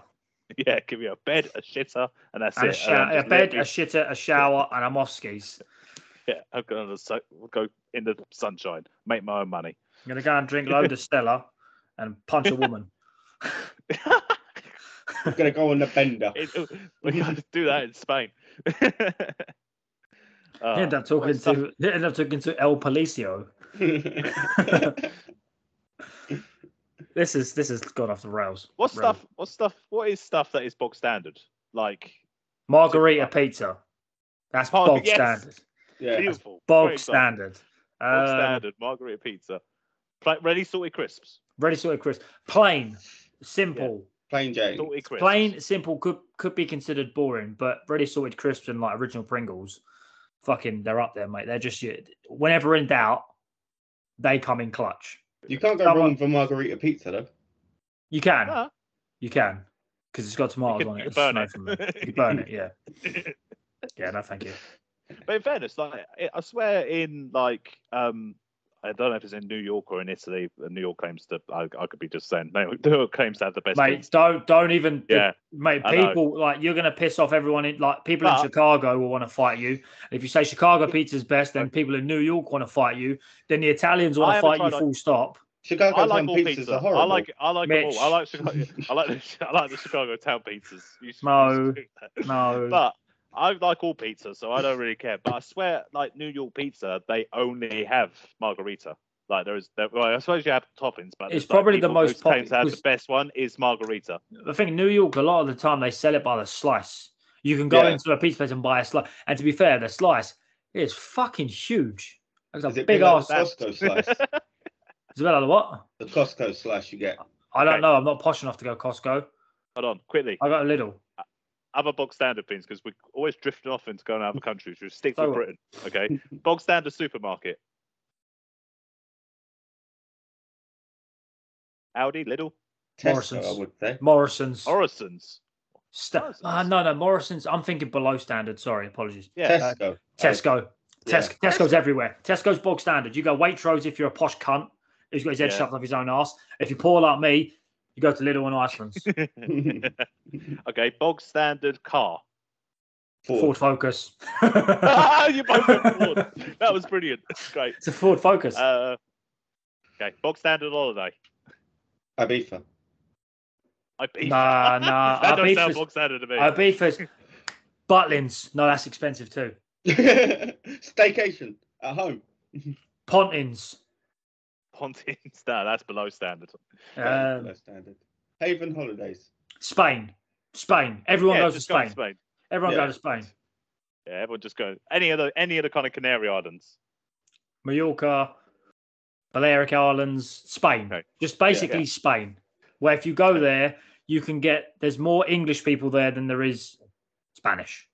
[SPEAKER 1] Yeah, give me a bed, a shitter, and that's
[SPEAKER 3] and a,
[SPEAKER 1] it.
[SPEAKER 3] sh-
[SPEAKER 1] And I'm
[SPEAKER 3] a
[SPEAKER 1] just
[SPEAKER 3] bed, a
[SPEAKER 1] literally-
[SPEAKER 3] shitter, a shower, and a off skis.
[SPEAKER 1] yeah, I'm gonna so- go in the sunshine, make my own money.
[SPEAKER 3] I'm gonna go and drink load of Stella and punch a woman.
[SPEAKER 2] I'm gonna go on a bender.
[SPEAKER 1] It, we gotta do that in Spain. Uh,
[SPEAKER 3] end up talking
[SPEAKER 1] stuff.
[SPEAKER 3] to end up talking to El Policio. This is this has gone off the rails.
[SPEAKER 1] what
[SPEAKER 3] Really.
[SPEAKER 1] stuff? What stuff? What is stuff that is bog standard? Like
[SPEAKER 3] Margarita pizza. That's
[SPEAKER 1] Oh,
[SPEAKER 3] bog
[SPEAKER 1] yes.
[SPEAKER 3] standard.
[SPEAKER 2] yeah.
[SPEAKER 1] beautiful,
[SPEAKER 3] Bog
[SPEAKER 1] great stuff.
[SPEAKER 3] standard.
[SPEAKER 1] Bog
[SPEAKER 3] Um,
[SPEAKER 1] standard margarita pizza, like ready salted crisps,
[SPEAKER 3] Ready, sorted, crisp. Plain, simple.
[SPEAKER 2] Plain Jane.
[SPEAKER 1] salted crisps.
[SPEAKER 3] Plain, simple could could be considered boring, but ready sorted crisps and like original Pringles, fucking, they're up there, mate. They're just you- whenever in doubt, they come in clutch.
[SPEAKER 2] You can't go
[SPEAKER 3] Someone-
[SPEAKER 2] wrong with a margarita pizza though.
[SPEAKER 3] You can,
[SPEAKER 1] Huh?
[SPEAKER 3] you can, because it's got tomatoes
[SPEAKER 1] You can-
[SPEAKER 3] on
[SPEAKER 1] Uh, you
[SPEAKER 3] it. It's
[SPEAKER 1] burn
[SPEAKER 3] no
[SPEAKER 1] it.
[SPEAKER 3] for me. You can burn it, yeah. yeah, no, thank you.
[SPEAKER 1] But in fairness, like I- I swear, in like um, I don't know if it's in New York or in Italy. but New York claims to. I, I could be just saying. No, New York claims to have the best.
[SPEAKER 3] Mate,
[SPEAKER 1] pizza.
[SPEAKER 3] don't don't even,
[SPEAKER 1] Yeah,
[SPEAKER 3] mate.
[SPEAKER 1] I know.
[SPEAKER 3] People like you're gonna piss off everyone in like people in
[SPEAKER 1] But-
[SPEAKER 3] Chicago will want to fight you. If you say Chicago pizza's best, then people in New York want to fight you. Then the Italians
[SPEAKER 1] I
[SPEAKER 3] want to
[SPEAKER 1] haven't
[SPEAKER 3] fight you.
[SPEAKER 1] tried, like-
[SPEAKER 3] full stop.
[SPEAKER 1] I
[SPEAKER 2] Chicago
[SPEAKER 1] like
[SPEAKER 2] town
[SPEAKER 1] all
[SPEAKER 2] pizzas
[SPEAKER 1] pizza.
[SPEAKER 2] are horrible.
[SPEAKER 1] I like I like them all. I
[SPEAKER 3] Mitch.
[SPEAKER 1] like Chicago. I like the, I like the Chicago town pizzas. You should-
[SPEAKER 3] No.
[SPEAKER 1] you should-
[SPEAKER 3] No,
[SPEAKER 1] But I like all pizza, so I don't really care. But I swear, like New York pizza, they only have margarita. Like there is, there, well, I suppose you have toppings, but
[SPEAKER 3] It's
[SPEAKER 1] there's, like,
[SPEAKER 3] probably the
[SPEAKER 1] people
[SPEAKER 3] most
[SPEAKER 1] who claims to have
[SPEAKER 3] popular-
[SPEAKER 1] the best one is margarita.
[SPEAKER 3] I think New York, a lot of the time, they sell it by the slice. You can go
[SPEAKER 2] Yeah.
[SPEAKER 3] into a pizza place and buy a slice. And to be fair, the slice is fucking huge. It's a
[SPEAKER 2] Is it
[SPEAKER 3] big
[SPEAKER 2] like
[SPEAKER 3] ass.
[SPEAKER 2] the Costco slice.
[SPEAKER 3] It's about like what?
[SPEAKER 2] the Costco slice you get.
[SPEAKER 3] I don't
[SPEAKER 1] Okay.
[SPEAKER 3] know. I'm not posh enough to go Costco.
[SPEAKER 1] Hold on, quickly.
[SPEAKER 3] I got a little.
[SPEAKER 1] other bog standard things because we're always drifting off into going out of countries. We stick
[SPEAKER 3] So
[SPEAKER 1] with
[SPEAKER 3] what?
[SPEAKER 1] Britain, okay? bog standard supermarket. Audi, Lidl,
[SPEAKER 2] Tesco,
[SPEAKER 3] Morrison's.
[SPEAKER 2] I would say.
[SPEAKER 3] Morrison's.
[SPEAKER 1] Morrison's.
[SPEAKER 3] Sta-
[SPEAKER 1] Morrison's.
[SPEAKER 3] Ah, no, no, Morrison's. I'm thinking below standard. Sorry, apologies.
[SPEAKER 1] Yeah, uh,
[SPEAKER 2] Tesco. Oh,
[SPEAKER 3] Tesco.
[SPEAKER 2] Yeah.
[SPEAKER 3] Tesco. Tesco's everywhere. Tesco's bog standard. You go Waitrose if you're a posh cunt who's got his head
[SPEAKER 1] Yeah.
[SPEAKER 3] shoved up his own ass. If you're poor like me, you go to Lidl and Iceland's.
[SPEAKER 1] okay, bog standard car.
[SPEAKER 2] Ford.
[SPEAKER 3] Ford Focus.
[SPEAKER 1] you both went Ford. That was brilliant. Great.
[SPEAKER 3] It's a Ford Focus.
[SPEAKER 1] Uh, okay, bog standard holiday.
[SPEAKER 2] Ibiza.
[SPEAKER 1] Ibiza.
[SPEAKER 3] Nah, nah,
[SPEAKER 1] that doesn't sound
[SPEAKER 3] Ibiza's-
[SPEAKER 1] bog standard to me.
[SPEAKER 3] Ibiza's Uh, Butlins. No, that's expensive too.
[SPEAKER 2] Staycation at home.
[SPEAKER 3] Pontins.
[SPEAKER 1] Pontins. Nah, that's below standard.
[SPEAKER 2] That is
[SPEAKER 3] Um,
[SPEAKER 2] below standard. Haven holidays.
[SPEAKER 3] Spain. Spain. Everyone
[SPEAKER 1] yeah,
[SPEAKER 3] goes to
[SPEAKER 1] just go
[SPEAKER 3] Spain.
[SPEAKER 1] to Spain.
[SPEAKER 3] Everyone
[SPEAKER 2] Yeah.
[SPEAKER 3] goes to Spain.
[SPEAKER 1] Yeah, everyone just goes. Any other, any other kind of Canary Islands.
[SPEAKER 3] Mallorca, Balearic Islands, Spain.
[SPEAKER 1] Okay.
[SPEAKER 3] Just basically Spain. Where if you go there, you can get there's more English people there than there is Spanish.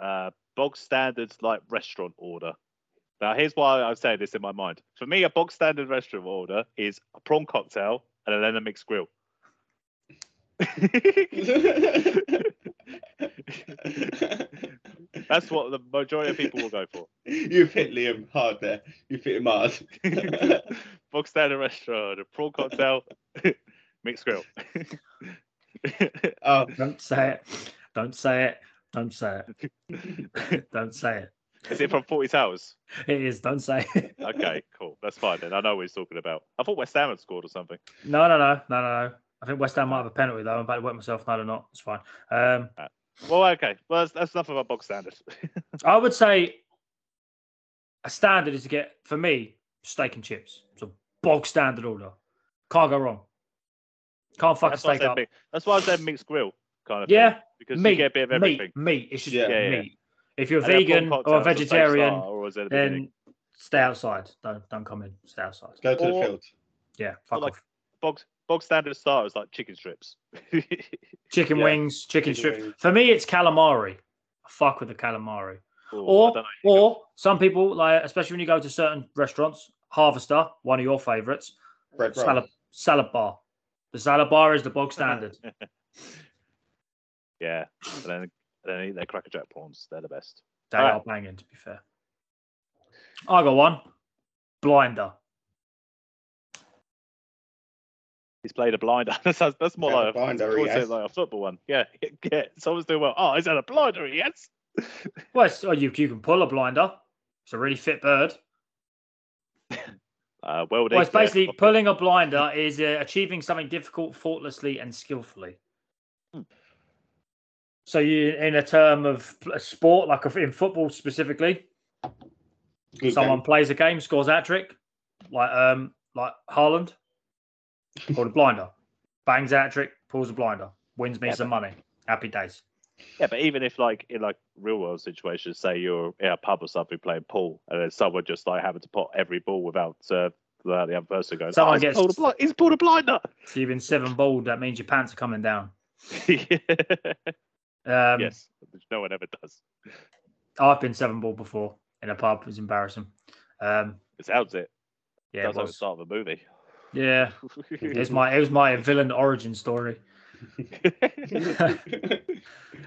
[SPEAKER 1] uh, bog standards like restaurant order. Now, here's why I'm saying this in my mind. For me, a bog standard restaurant order is a prawn cocktail and a lemon mixed grill. That's what the majority of people will go for.
[SPEAKER 2] You've hit Liam hard there. You've hit him hard.
[SPEAKER 1] bog standard restaurant order, prawn cocktail, mixed grill.
[SPEAKER 2] Oh,
[SPEAKER 3] Don't say it. Don't say it. Don't say it. Don't say it.
[SPEAKER 1] Is it from Forty Towers?
[SPEAKER 3] It is. Don't say it.
[SPEAKER 1] Okay, cool. That's fine then. I know what he's talking about. I thought West Ham had scored or something.
[SPEAKER 3] No, no, no, no, no. no. I think West Ham might have a penalty though. I'm about to wet myself. No, they're not. It's fine. Um,
[SPEAKER 1] Well, okay. Well, that's, that's enough about box standard.
[SPEAKER 3] I would say a standard is to get for me steak and chips. It's a bog standard order. Can't go wrong. Can't fuck
[SPEAKER 1] that's,
[SPEAKER 3] a
[SPEAKER 1] why I
[SPEAKER 3] steak
[SPEAKER 1] said
[SPEAKER 3] up.
[SPEAKER 1] mixed, that's why I said mixed grill kind of thing,
[SPEAKER 3] Yeah,
[SPEAKER 1] because
[SPEAKER 3] meat,
[SPEAKER 1] you get a bit of everything.
[SPEAKER 3] meat, meat. It's just
[SPEAKER 2] Yeah.
[SPEAKER 1] Yeah, yeah.
[SPEAKER 3] meat. If you're
[SPEAKER 1] And then prawn
[SPEAKER 3] vegan or a
[SPEAKER 1] cocktails, the steaks
[SPEAKER 3] vegetarian,
[SPEAKER 1] are always at the beginning.
[SPEAKER 3] then stay outside. Don't don't come in. Stay outside.
[SPEAKER 2] Go to
[SPEAKER 1] Or-
[SPEAKER 2] the field.
[SPEAKER 3] Yeah, fuck
[SPEAKER 1] like-
[SPEAKER 3] off.
[SPEAKER 1] bog, bog standard starters like chicken strips.
[SPEAKER 3] Chicken
[SPEAKER 2] yeah,
[SPEAKER 3] wings, chicken,
[SPEAKER 2] chicken
[SPEAKER 3] strips.
[SPEAKER 2] wings.
[SPEAKER 3] For me, it's calamari. I fuck with the calamari.
[SPEAKER 1] Ooh, I
[SPEAKER 3] Or
[SPEAKER 1] don't know.
[SPEAKER 3] or some people like, especially when you go to certain restaurants, Harvester, one of your favorites,
[SPEAKER 2] Bread roll.
[SPEAKER 3] salad salad bar. The salad bar is the bog standard.
[SPEAKER 1] yeah, and then, and then eat their cracker jack prawns. They're the best.
[SPEAKER 3] They
[SPEAKER 1] Alright.
[SPEAKER 3] are banging, to be fair. I got one. Blinder.
[SPEAKER 1] He's played a blinder. that's, that's more
[SPEAKER 2] Had a
[SPEAKER 1] like a,
[SPEAKER 2] blinder,
[SPEAKER 1] I would
[SPEAKER 2] he
[SPEAKER 1] say
[SPEAKER 2] has.
[SPEAKER 1] like a football one. Yeah, yeah. Someone's doing well. Oh, he's had a blinder. Yes.
[SPEAKER 3] Well, it's, oh, you you can pull a blinder. It's a really fit bird.
[SPEAKER 1] Uh, well,
[SPEAKER 3] Well, it's basically pulling a blinder is uh, achieving something difficult thoughtlessly and skillfully.
[SPEAKER 1] Hmm.
[SPEAKER 3] So you, in a term of a sport, like if- in football specifically,
[SPEAKER 2] Good
[SPEAKER 3] someone
[SPEAKER 2] game.
[SPEAKER 3] plays a game, scores that trick, like um, like Haaland, called a blinder, bangs that trick, pulls a blinder, wins me
[SPEAKER 1] Yeah,
[SPEAKER 3] some money. Happy days.
[SPEAKER 1] Yeah, but even if like in like real world situations, say you're in a pub or something playing pool, and then someone just like having to pot every ball without uh, without the other person going,
[SPEAKER 3] Someone
[SPEAKER 1] oh, he's
[SPEAKER 3] gets-
[SPEAKER 1] pulled a bli- he's pulled a blinder.
[SPEAKER 3] So you've been seven balled. That means your pants are coming down. Um,
[SPEAKER 1] yes, which no one ever does.
[SPEAKER 3] I've been seven balled before in a pub. It was embarrassing. Um,
[SPEAKER 1] It sounds it.
[SPEAKER 3] yeah, it
[SPEAKER 1] sounds like the
[SPEAKER 3] was.
[SPEAKER 1] start of a movie.
[SPEAKER 3] Yeah. It was my it was my villain origin story.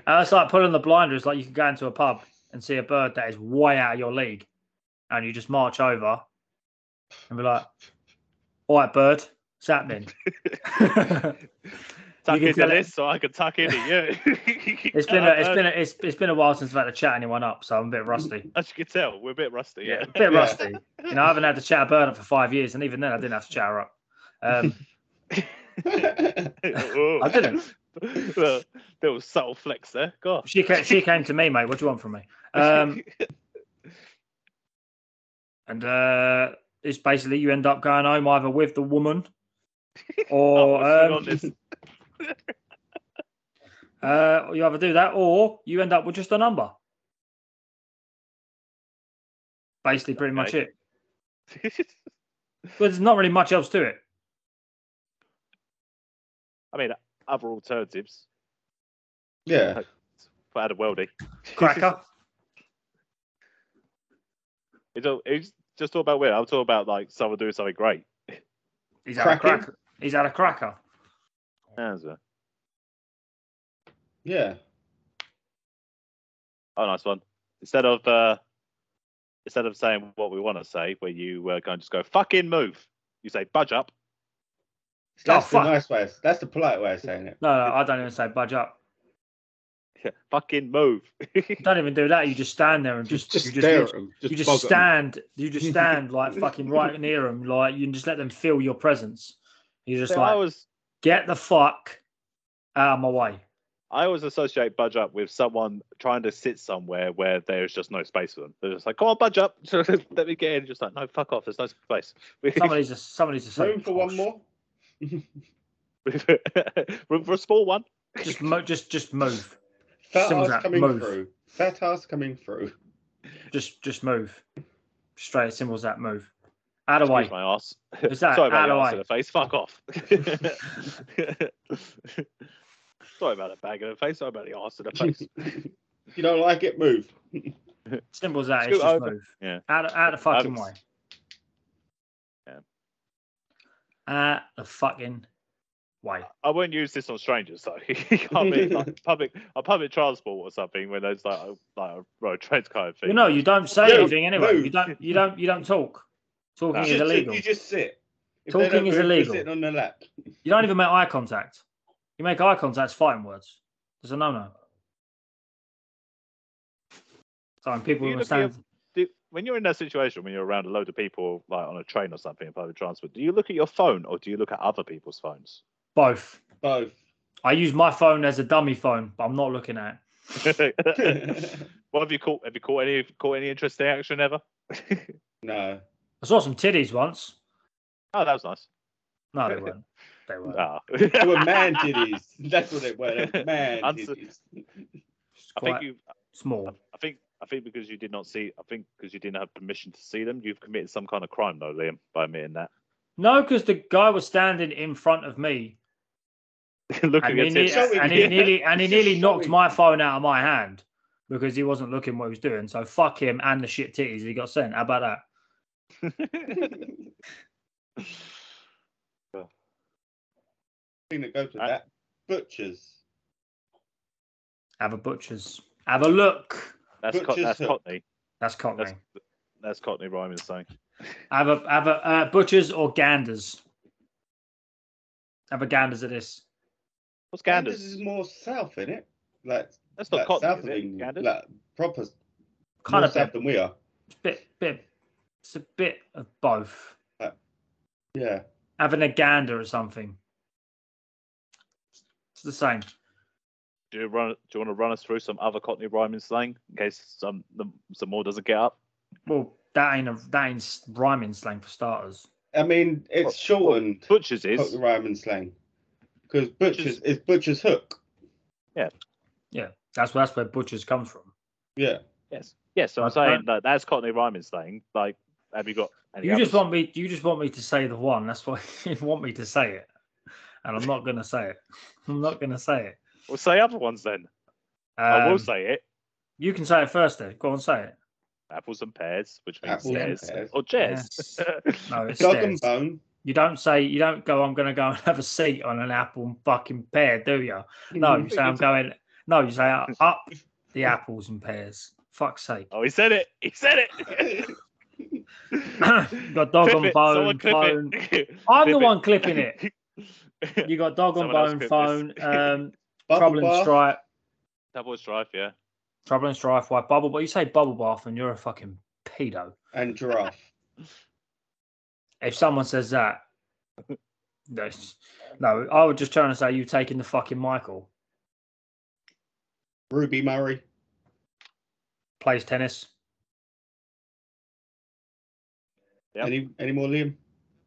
[SPEAKER 3] And it's like pulling the blinder. It's like you can go into a pub and see a bird that is way out of your league, and you just march over and be like, "All right, bird, it's happening."
[SPEAKER 1] tuck
[SPEAKER 3] can
[SPEAKER 1] into
[SPEAKER 3] tell it-
[SPEAKER 1] this, so I can tuck into you.
[SPEAKER 3] it's been a, it's
[SPEAKER 1] Uh,
[SPEAKER 3] been a, it's, it's been a while since I've had to chat anyone up, so I'm a bit rusty.
[SPEAKER 1] as you can tell, we're a bit rusty.
[SPEAKER 3] Yeah,
[SPEAKER 1] Yeah.
[SPEAKER 3] a bit
[SPEAKER 2] Yeah.
[SPEAKER 3] rusty. You know, I haven't had to chat a bird up for five years, and even then, I didn't have to chat her up. Um,
[SPEAKER 1] Ooh.
[SPEAKER 3] I didn't.
[SPEAKER 1] little, little subtle flex there. Gosh.
[SPEAKER 3] she came, she came to me, mate. What do you want from me? Um, and uh, it's basically you end up going home either with the woman
[SPEAKER 1] Oh,
[SPEAKER 3] or
[SPEAKER 1] what's going on
[SPEAKER 3] um,
[SPEAKER 1] this?
[SPEAKER 3] uh, you either do that or you end up with just a number. Basically, pretty much
[SPEAKER 1] Okay.
[SPEAKER 3] it. um, But there's not really much else to it.
[SPEAKER 1] I mean, other alternatives.
[SPEAKER 2] yeah.
[SPEAKER 1] But had a weldy.
[SPEAKER 3] Cracker.
[SPEAKER 1] It's, all, it's just all about win. I'm talking about like someone doing something great.
[SPEAKER 3] He's had a
[SPEAKER 2] Cracking.
[SPEAKER 3] cracker. He's had a cracker.
[SPEAKER 1] Yeah, so-
[SPEAKER 2] Yeah.
[SPEAKER 1] Oh, nice one. Instead of uh, instead of saying what we want to say, where you uh, go and just go fucking move, you say budge up.
[SPEAKER 2] That's the
[SPEAKER 3] fuck.
[SPEAKER 2] nice way. of- That's the polite way of saying it.
[SPEAKER 3] No, no, I don't even say budge up.
[SPEAKER 1] fucking move.
[SPEAKER 3] You don't even do that. You just stand there and just,
[SPEAKER 2] Just, just
[SPEAKER 3] you
[SPEAKER 2] stare
[SPEAKER 3] just,
[SPEAKER 2] at 'em,
[SPEAKER 3] you
[SPEAKER 2] bog
[SPEAKER 3] just
[SPEAKER 2] 'em.
[SPEAKER 3] stand. You just stand like fucking right near them. Like you just let them feel your presence. You just
[SPEAKER 1] So I
[SPEAKER 2] "Oh."
[SPEAKER 3] like
[SPEAKER 1] always
[SPEAKER 3] get the fuck out of my way.
[SPEAKER 1] I always associate budge up with someone trying to sit somewhere where there's just no space for them. They're just like, come on, budge up. Let me get in. Just like, no, fuck off. There's no space.
[SPEAKER 3] Somebody's just somebody's just
[SPEAKER 2] Room for one more.
[SPEAKER 1] Room for a small one.
[SPEAKER 3] Just mo- just just move.
[SPEAKER 2] Fat
[SPEAKER 3] Simple as
[SPEAKER 2] ass
[SPEAKER 3] that.
[SPEAKER 2] coming
[SPEAKER 3] Move.
[SPEAKER 2] through. Fat ass coming through.
[SPEAKER 3] Just just move. Straight as simple as that. Move. Out of the way.
[SPEAKER 1] Excuse my ass.
[SPEAKER 3] Is that
[SPEAKER 1] Sorry about
[SPEAKER 3] out
[SPEAKER 1] your ass
[SPEAKER 3] of
[SPEAKER 1] in the
[SPEAKER 3] way?
[SPEAKER 1] face. Fuck off. Sorry about that bag in the face. Sorry about the ass in the face.
[SPEAKER 2] You don't like it? Move.
[SPEAKER 3] Simple as that.
[SPEAKER 1] Scoot
[SPEAKER 3] It's just
[SPEAKER 1] over.
[SPEAKER 3] move.
[SPEAKER 1] Yeah.
[SPEAKER 3] Out of, out of the fucking
[SPEAKER 1] Alex.
[SPEAKER 3] way.
[SPEAKER 1] Yeah.
[SPEAKER 3] Out the fucking way.
[SPEAKER 1] I won't use this on strangers though. You can't be like public on public transport or something when there's like a, like a road trains kind of thing.
[SPEAKER 3] Well, no, you don't say
[SPEAKER 2] Move,
[SPEAKER 3] anything anyway. You
[SPEAKER 2] move.
[SPEAKER 3] don't. You don't. You don't talk. Talking
[SPEAKER 1] No.
[SPEAKER 3] is
[SPEAKER 2] you, just,
[SPEAKER 3] illegal.
[SPEAKER 2] you
[SPEAKER 3] You,
[SPEAKER 2] just sit. If they
[SPEAKER 3] Talking
[SPEAKER 2] don't
[SPEAKER 3] is
[SPEAKER 2] move, you're
[SPEAKER 3] illegal.
[SPEAKER 2] Sitting on the lap.
[SPEAKER 3] don't even make eye contact. You make eye contact, it's fighting words. There's a no-no. time. People
[SPEAKER 1] You
[SPEAKER 3] in the
[SPEAKER 1] look at your-
[SPEAKER 3] stands.
[SPEAKER 1] Do, when you're in that situation, when you're around a load of people, like on a train or something, in public transport, do you look at your phone or do you look at other people's phones?
[SPEAKER 3] Both.
[SPEAKER 2] Both.
[SPEAKER 3] I use my phone as a dummy phone, but I'm not looking at it.
[SPEAKER 1] what have you caught? Have you caught any caught any interesting action ever?
[SPEAKER 2] no.
[SPEAKER 3] I saw some titties once.
[SPEAKER 1] Oh, that was nice.
[SPEAKER 3] No, they weren't. They weren't.
[SPEAKER 1] Ah.
[SPEAKER 2] They were man titties. That's what they were. they were Man
[SPEAKER 1] Answer-
[SPEAKER 2] titties.
[SPEAKER 3] It's
[SPEAKER 1] I think
[SPEAKER 3] quite
[SPEAKER 1] you
[SPEAKER 3] small.
[SPEAKER 1] I think I think because you did not see, I think because you didn't have permission to see them, you've committed some kind of crime, though, Liam, by admitting that.
[SPEAKER 3] No, because the guy was standing in front of me,
[SPEAKER 1] Looking
[SPEAKER 3] and
[SPEAKER 1] at
[SPEAKER 3] he,
[SPEAKER 1] it,
[SPEAKER 3] ne-
[SPEAKER 2] Showing
[SPEAKER 3] and he
[SPEAKER 2] you.
[SPEAKER 3] nearly and he
[SPEAKER 2] Just
[SPEAKER 3] nearly knocked
[SPEAKER 2] showing
[SPEAKER 3] my
[SPEAKER 2] you.
[SPEAKER 3] phone out of my hand because he wasn't looking what he was doing. So fuck him and the shit titties he got sent. How about that?
[SPEAKER 2] thing that goes with
[SPEAKER 3] Uh,
[SPEAKER 1] I-
[SPEAKER 2] that. Butchers.
[SPEAKER 3] Have a butcher's. Have a look.
[SPEAKER 1] that's co-
[SPEAKER 2] Butcher's
[SPEAKER 1] that's
[SPEAKER 2] hook.
[SPEAKER 1] Cockney.
[SPEAKER 3] That's Cockney.
[SPEAKER 1] That's that's Cockney rhyming saying.
[SPEAKER 3] Have a have a uh, butchers or ganders. Have a ganders at this.
[SPEAKER 1] What's
[SPEAKER 2] Ganders
[SPEAKER 1] Ganders?
[SPEAKER 2] is more south, is it? Like,
[SPEAKER 1] That's not
[SPEAKER 2] like south
[SPEAKER 1] Cockney,
[SPEAKER 2] of
[SPEAKER 1] is it?
[SPEAKER 2] England.
[SPEAKER 1] Ganders.
[SPEAKER 2] Like proper
[SPEAKER 3] Kind
[SPEAKER 2] more
[SPEAKER 3] of
[SPEAKER 2] south
[SPEAKER 3] bit,
[SPEAKER 2] than we are.
[SPEAKER 3] bit bit. It's a bit of both.
[SPEAKER 2] Yeah.
[SPEAKER 3] Having a gander at something. It's the same.
[SPEAKER 1] Do you run? Do you want to run us through some other Cockney rhyming slang in case some some more doesn't get up?
[SPEAKER 3] Well, that ain't a that ain't s- rhyming slang for starters.
[SPEAKER 2] I mean,
[SPEAKER 1] Well,
[SPEAKER 2] it's shortened
[SPEAKER 1] Butchers
[SPEAKER 2] Cockney
[SPEAKER 1] is
[SPEAKER 2] rhyme and slang. Because butchers
[SPEAKER 1] Butchers-
[SPEAKER 2] is butcher's hook.
[SPEAKER 3] That's that's where butchers come from.
[SPEAKER 2] Yeah.
[SPEAKER 1] yes, yes. So I'm saying that that's Cockney rhyming slang. Like, have you got? Any
[SPEAKER 3] You just
[SPEAKER 1] others?
[SPEAKER 3] want me. You just want me to say the one. That's why you want me to say it, and I'm not gonna say it. I'm not gonna say it.
[SPEAKER 1] We'll say other ones then. I
[SPEAKER 3] Um,
[SPEAKER 1] will say it.
[SPEAKER 3] You can say it first. Then go on, say it.
[SPEAKER 1] Apples and pears, which means
[SPEAKER 2] Apples and
[SPEAKER 1] stairs
[SPEAKER 2] pears.
[SPEAKER 1] or chairs.
[SPEAKER 3] Yes. No, it's
[SPEAKER 2] Dog and
[SPEAKER 3] stairs.
[SPEAKER 2] bone.
[SPEAKER 3] You don't say. You don't go. I'm gonna go and have a seat on an apple and fucking pear, do you? No, you say I'm going. No, you say "Uh, up the apples and pears. Fuck's sake.
[SPEAKER 1] Oh, he said it. He said it.
[SPEAKER 3] you got dog
[SPEAKER 1] Clip
[SPEAKER 3] on
[SPEAKER 1] it.
[SPEAKER 3] bone,
[SPEAKER 1] Someone clip
[SPEAKER 3] phone.
[SPEAKER 1] it.
[SPEAKER 3] I'm the
[SPEAKER 1] Clip
[SPEAKER 3] one clipping it.
[SPEAKER 1] it.
[SPEAKER 3] You got dog on
[SPEAKER 1] Someone else
[SPEAKER 3] bone,
[SPEAKER 1] clip
[SPEAKER 3] phone,
[SPEAKER 1] this.
[SPEAKER 3] um,
[SPEAKER 2] Bubble
[SPEAKER 3] trouble and
[SPEAKER 2] bath.
[SPEAKER 3] strife,
[SPEAKER 1] Double strife, yeah.
[SPEAKER 3] trouble and strife. Why bubble? But you say bubble bath, and you're a fucking pedo.
[SPEAKER 2] and giraffe.
[SPEAKER 3] If someone says that, that's- no, I would just turn and say you've taken the fucking Michael.
[SPEAKER 2] Ruby Murray.
[SPEAKER 3] Plays tennis.
[SPEAKER 1] Yep.
[SPEAKER 2] Any any more Liam?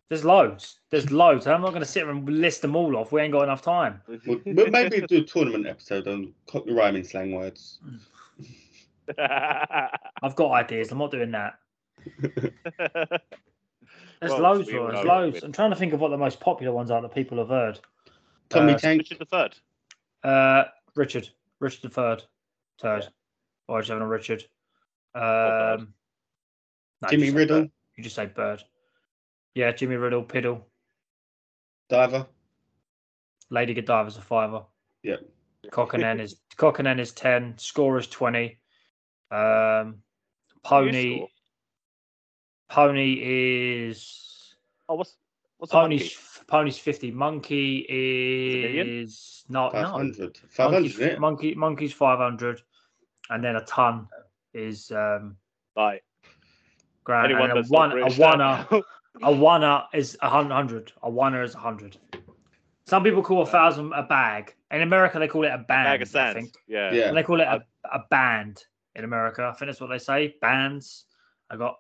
[SPEAKER 3] There's loads. There's loads. I'm not going to sit here and list them all off. We ain't got enough time.
[SPEAKER 2] Well, m- maybe do a tournament episode on Cockney rhyming slang words.
[SPEAKER 3] I've got ideas. I'm not doing that. There's
[SPEAKER 1] Well,
[SPEAKER 3] loads,
[SPEAKER 1] we
[SPEAKER 3] bro.
[SPEAKER 1] all know
[SPEAKER 3] There's
[SPEAKER 1] what
[SPEAKER 3] loads.
[SPEAKER 1] we-
[SPEAKER 3] I'm trying to think of what the most popular ones are that people have heard.
[SPEAKER 2] Tommy
[SPEAKER 3] Uh,
[SPEAKER 2] Tank.
[SPEAKER 1] Which is the third?
[SPEAKER 3] Uh, Richard, Richard the third, third. Or just having a Richard.
[SPEAKER 1] bird.
[SPEAKER 3] Um, no, you
[SPEAKER 2] Jimmy
[SPEAKER 3] just say
[SPEAKER 2] Riddle.
[SPEAKER 3] bird. You just say bird. Yeah, Jimmy Riddle, Piddle,
[SPEAKER 2] Diver.
[SPEAKER 3] Lady Godiva's a fiver.
[SPEAKER 2] Yep.
[SPEAKER 3] Cockanen is Cockanen is ten. Score is twenty. Um, Pony.
[SPEAKER 1] score?
[SPEAKER 3] Pony is
[SPEAKER 1] Oh, what's what's a
[SPEAKER 3] Pony's
[SPEAKER 1] monkey?
[SPEAKER 3] Pony's fifty. Monkey
[SPEAKER 1] a million?
[SPEAKER 3] is not
[SPEAKER 2] Five
[SPEAKER 3] no.
[SPEAKER 2] hundred. Five hundred,
[SPEAKER 3] monkey,
[SPEAKER 2] isn't it?
[SPEAKER 3] monkey monkey's 500 and then a ton is um
[SPEAKER 1] Like
[SPEAKER 3] grand
[SPEAKER 1] anyone
[SPEAKER 3] Uh, and a
[SPEAKER 1] that's
[SPEAKER 3] one
[SPEAKER 1] not
[SPEAKER 3] a
[SPEAKER 1] British
[SPEAKER 3] one
[SPEAKER 1] now.
[SPEAKER 3] a one is a hun- hundred a one is a hundred some people call a
[SPEAKER 1] Right.
[SPEAKER 3] thousand a bag in america they call it a band
[SPEAKER 1] bag of
[SPEAKER 3] I
[SPEAKER 1] sand.
[SPEAKER 3] think.
[SPEAKER 1] Yeah.
[SPEAKER 2] Yeah.
[SPEAKER 3] And they call it a, a band in america i think that's what they say bands i got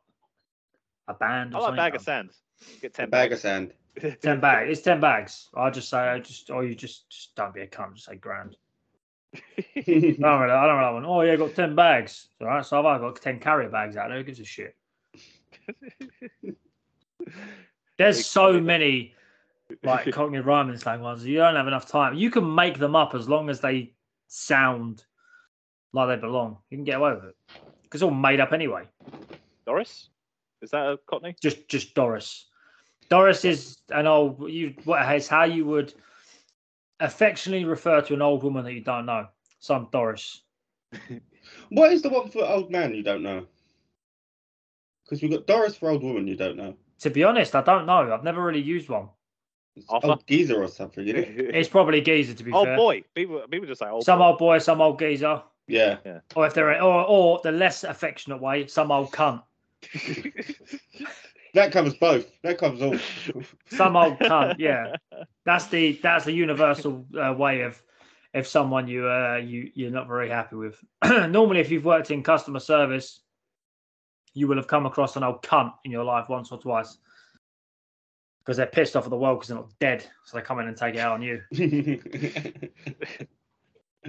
[SPEAKER 3] a band
[SPEAKER 1] I
[SPEAKER 3] or
[SPEAKER 1] like
[SPEAKER 3] something.
[SPEAKER 1] bag of sand. Get
[SPEAKER 2] A
[SPEAKER 1] ten
[SPEAKER 2] bag of sand.
[SPEAKER 3] 10 bags it's 10 bags i just say i just or you just, just don't be a cunt just say grand I
[SPEAKER 1] Um,
[SPEAKER 3] don't really, I don't really want. Oh yeah, I got ten bags. It's All right, so have I got ten carrier bags out there? Who gives a shit? There's so many like Cockney rhyming slang ones. You don't have enough time. You can make them up as long as they sound like they belong. You can get away with it. 'Cause It's all made up anyway.
[SPEAKER 1] Doris? Is that a Cockney?
[SPEAKER 3] Just just Doris. Doris is an old you. What is how you would affectionately refer to an old woman that you don't know? Some Doris.
[SPEAKER 2] what is the one for old man you don't know? Because we've got Doris for old woman you don't know.
[SPEAKER 3] To be honest, I don't know. I've never really used one.
[SPEAKER 2] It's
[SPEAKER 1] Arthur?
[SPEAKER 2] old geezer or something, isn't it?
[SPEAKER 3] It's probably geezer to be
[SPEAKER 1] oh
[SPEAKER 3] fair.
[SPEAKER 1] boy, people people just say oh
[SPEAKER 3] some
[SPEAKER 1] boy.
[SPEAKER 3] old boy, some old geezer.
[SPEAKER 2] Yeah.
[SPEAKER 3] Or if they're or, or the less affectionate way, some old cunt.
[SPEAKER 2] That covers both. That covers
[SPEAKER 1] Oh,
[SPEAKER 2] all.
[SPEAKER 3] Some old cunt, yeah. That's the that's the universal uh, way of if someone you uh you you're not very happy with. Normally, if you've worked in customer service, you will have come across an old cunt in your life once or twice because they're pissed off at the world because they're not dead, so they come in and take it out on you.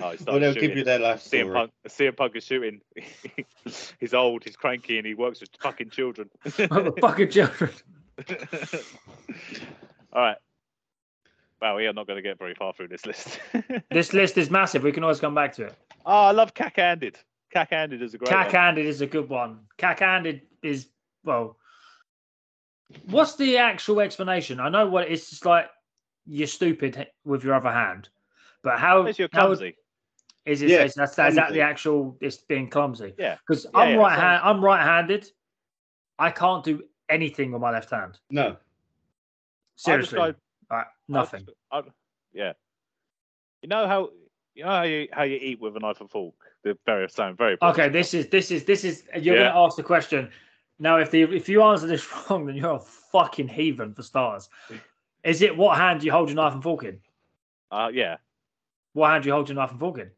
[SPEAKER 1] Oh, he's
[SPEAKER 2] or they'll give you their life
[SPEAKER 1] CM
[SPEAKER 2] story.
[SPEAKER 1] Punk, CM Punk is shooting. he's old, he's cranky, and he works with fucking children.
[SPEAKER 3] Motherfucking children.
[SPEAKER 1] All right. Wow, we are not going to get very far through this list.
[SPEAKER 3] This list is massive. We can always come back to it.
[SPEAKER 1] oh, I love Cack Handed. Cack Handed is a great
[SPEAKER 3] Cack
[SPEAKER 1] one.
[SPEAKER 3] handed is a good one. Cack handed is well. What's the actual explanation? I know what it's just like. You're stupid h- with your other hand, but how
[SPEAKER 1] Unless you're
[SPEAKER 3] how would-
[SPEAKER 1] clumsy.
[SPEAKER 3] is it?
[SPEAKER 2] Yeah,
[SPEAKER 3] is that, is that
[SPEAKER 2] clumsy.
[SPEAKER 3] the actual? It's being clumsy.
[SPEAKER 1] Yeah.
[SPEAKER 3] because
[SPEAKER 1] Yeah,
[SPEAKER 3] I'm
[SPEAKER 1] yeah,
[SPEAKER 3] right
[SPEAKER 1] so-
[SPEAKER 3] hand. I'm right handed. I can't do anything with my left hand.
[SPEAKER 2] No.
[SPEAKER 1] I would
[SPEAKER 3] Seriously,
[SPEAKER 1] go- I would-
[SPEAKER 3] like, nothing.
[SPEAKER 1] I'd- yeah. You know how you know how you, how you eat with a knife and fork. The very sound very.
[SPEAKER 3] Okay,
[SPEAKER 1] basic.
[SPEAKER 3] this is this is this is. You're
[SPEAKER 1] Yeah.
[SPEAKER 3] going to ask the question. Now, if the if you answer this wrong, then you're a fucking heathen for stars. Is it what hand do you hold your knife and fork in?
[SPEAKER 1] Uh, yeah,
[SPEAKER 3] What hand do you hold your knife and fork in?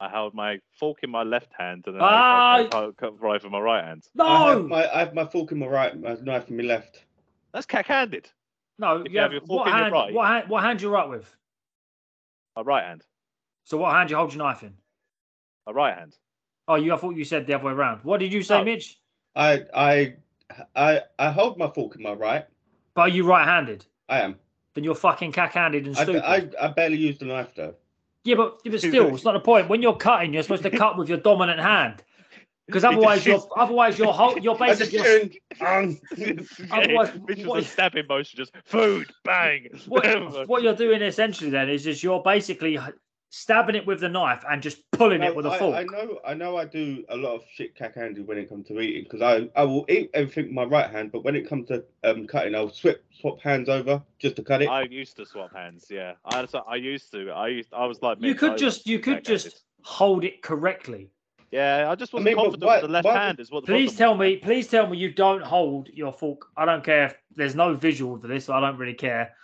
[SPEAKER 1] I held my fork in my left hand and then
[SPEAKER 3] Ah,
[SPEAKER 1] I
[SPEAKER 3] y-
[SPEAKER 1] held my knife in my right hand.
[SPEAKER 2] I
[SPEAKER 3] No,
[SPEAKER 2] have my I have my fork in my right, my knife in my left.
[SPEAKER 1] That's cack-handed.
[SPEAKER 3] no.
[SPEAKER 1] if
[SPEAKER 3] You have,
[SPEAKER 1] your fork
[SPEAKER 3] what
[SPEAKER 1] in your
[SPEAKER 3] hand?
[SPEAKER 1] right.
[SPEAKER 3] What hand? What hand you right with?
[SPEAKER 1] My right hand.
[SPEAKER 3] So what hand do you hold your knife in?
[SPEAKER 1] My right hand.
[SPEAKER 3] Oh, you. I thought you said the other way around. What did you say,
[SPEAKER 1] No.
[SPEAKER 3] Mitch?
[SPEAKER 2] I I I I hold my fork in my right.
[SPEAKER 3] But are you right-handed?
[SPEAKER 2] I am.
[SPEAKER 3] Then you're fucking cack-handed and
[SPEAKER 2] I,
[SPEAKER 3] stupid.
[SPEAKER 2] I, I barely use the knife though.
[SPEAKER 3] Yeah, but yeah, but still, it's not a point. When you're cutting, you're supposed to cut with your dominant hand. Because otherwise, you're otherwise you're whole, you're
[SPEAKER 2] I just
[SPEAKER 3] basically you're
[SPEAKER 2] doing, um,
[SPEAKER 1] yeah,
[SPEAKER 3] Otherwise,
[SPEAKER 1] which
[SPEAKER 3] what-
[SPEAKER 1] was a stabbing motion, just food, bang.
[SPEAKER 3] what, what you're doing essentially then is just you're basically stabbing it with the knife and just pulling
[SPEAKER 2] No,
[SPEAKER 3] it with a
[SPEAKER 2] I,
[SPEAKER 3] fork.
[SPEAKER 2] I know, I know, I do a lot of shit cack-handed when it comes to eating because I, I will eat everything with my right hand, but when it comes to um cutting, I'll swap swap hands over just to cut it.
[SPEAKER 1] I used to swap hands. Yeah, I so I used to. I used. I was like.
[SPEAKER 3] You
[SPEAKER 1] Mitch, I
[SPEAKER 3] could
[SPEAKER 1] was
[SPEAKER 3] just you could
[SPEAKER 1] cack-handed.
[SPEAKER 3] just hold it correctly.
[SPEAKER 1] Yeah, I just wasn't
[SPEAKER 2] mean, but
[SPEAKER 1] confident
[SPEAKER 2] why-
[SPEAKER 1] with the left
[SPEAKER 2] why would-
[SPEAKER 1] hand. Is what. The
[SPEAKER 3] Please
[SPEAKER 1] problem
[SPEAKER 3] tell me, please tell me you don't hold your fork. I don't care if there's no visual to this. So I don't really care.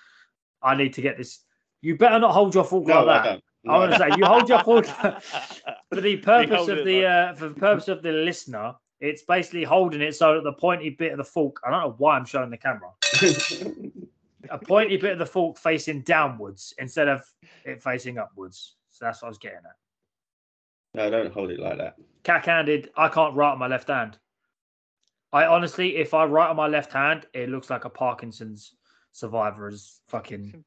[SPEAKER 3] I need to get this. You better not hold your fork
[SPEAKER 2] no,
[SPEAKER 3] like
[SPEAKER 2] I
[SPEAKER 3] that.
[SPEAKER 2] don't. No,
[SPEAKER 3] I want to say you hold your fork.
[SPEAKER 1] was.
[SPEAKER 3] for the purpose
[SPEAKER 1] hold
[SPEAKER 3] of
[SPEAKER 1] it
[SPEAKER 3] the
[SPEAKER 1] like-
[SPEAKER 3] uh, for the purpose of the listener, it's basically holding it so that the pointy bit of the fork. I don't know why I'm showing the camera. A pointy bit of the fork facing downwards instead of it facing upwards. So that's what I was getting at.
[SPEAKER 2] no, don't hold it like that.
[SPEAKER 3] Cack-handed. I can't write on my left hand. I honestly, if I write on my left hand, it looks like a Parkinson's survivor is fucking.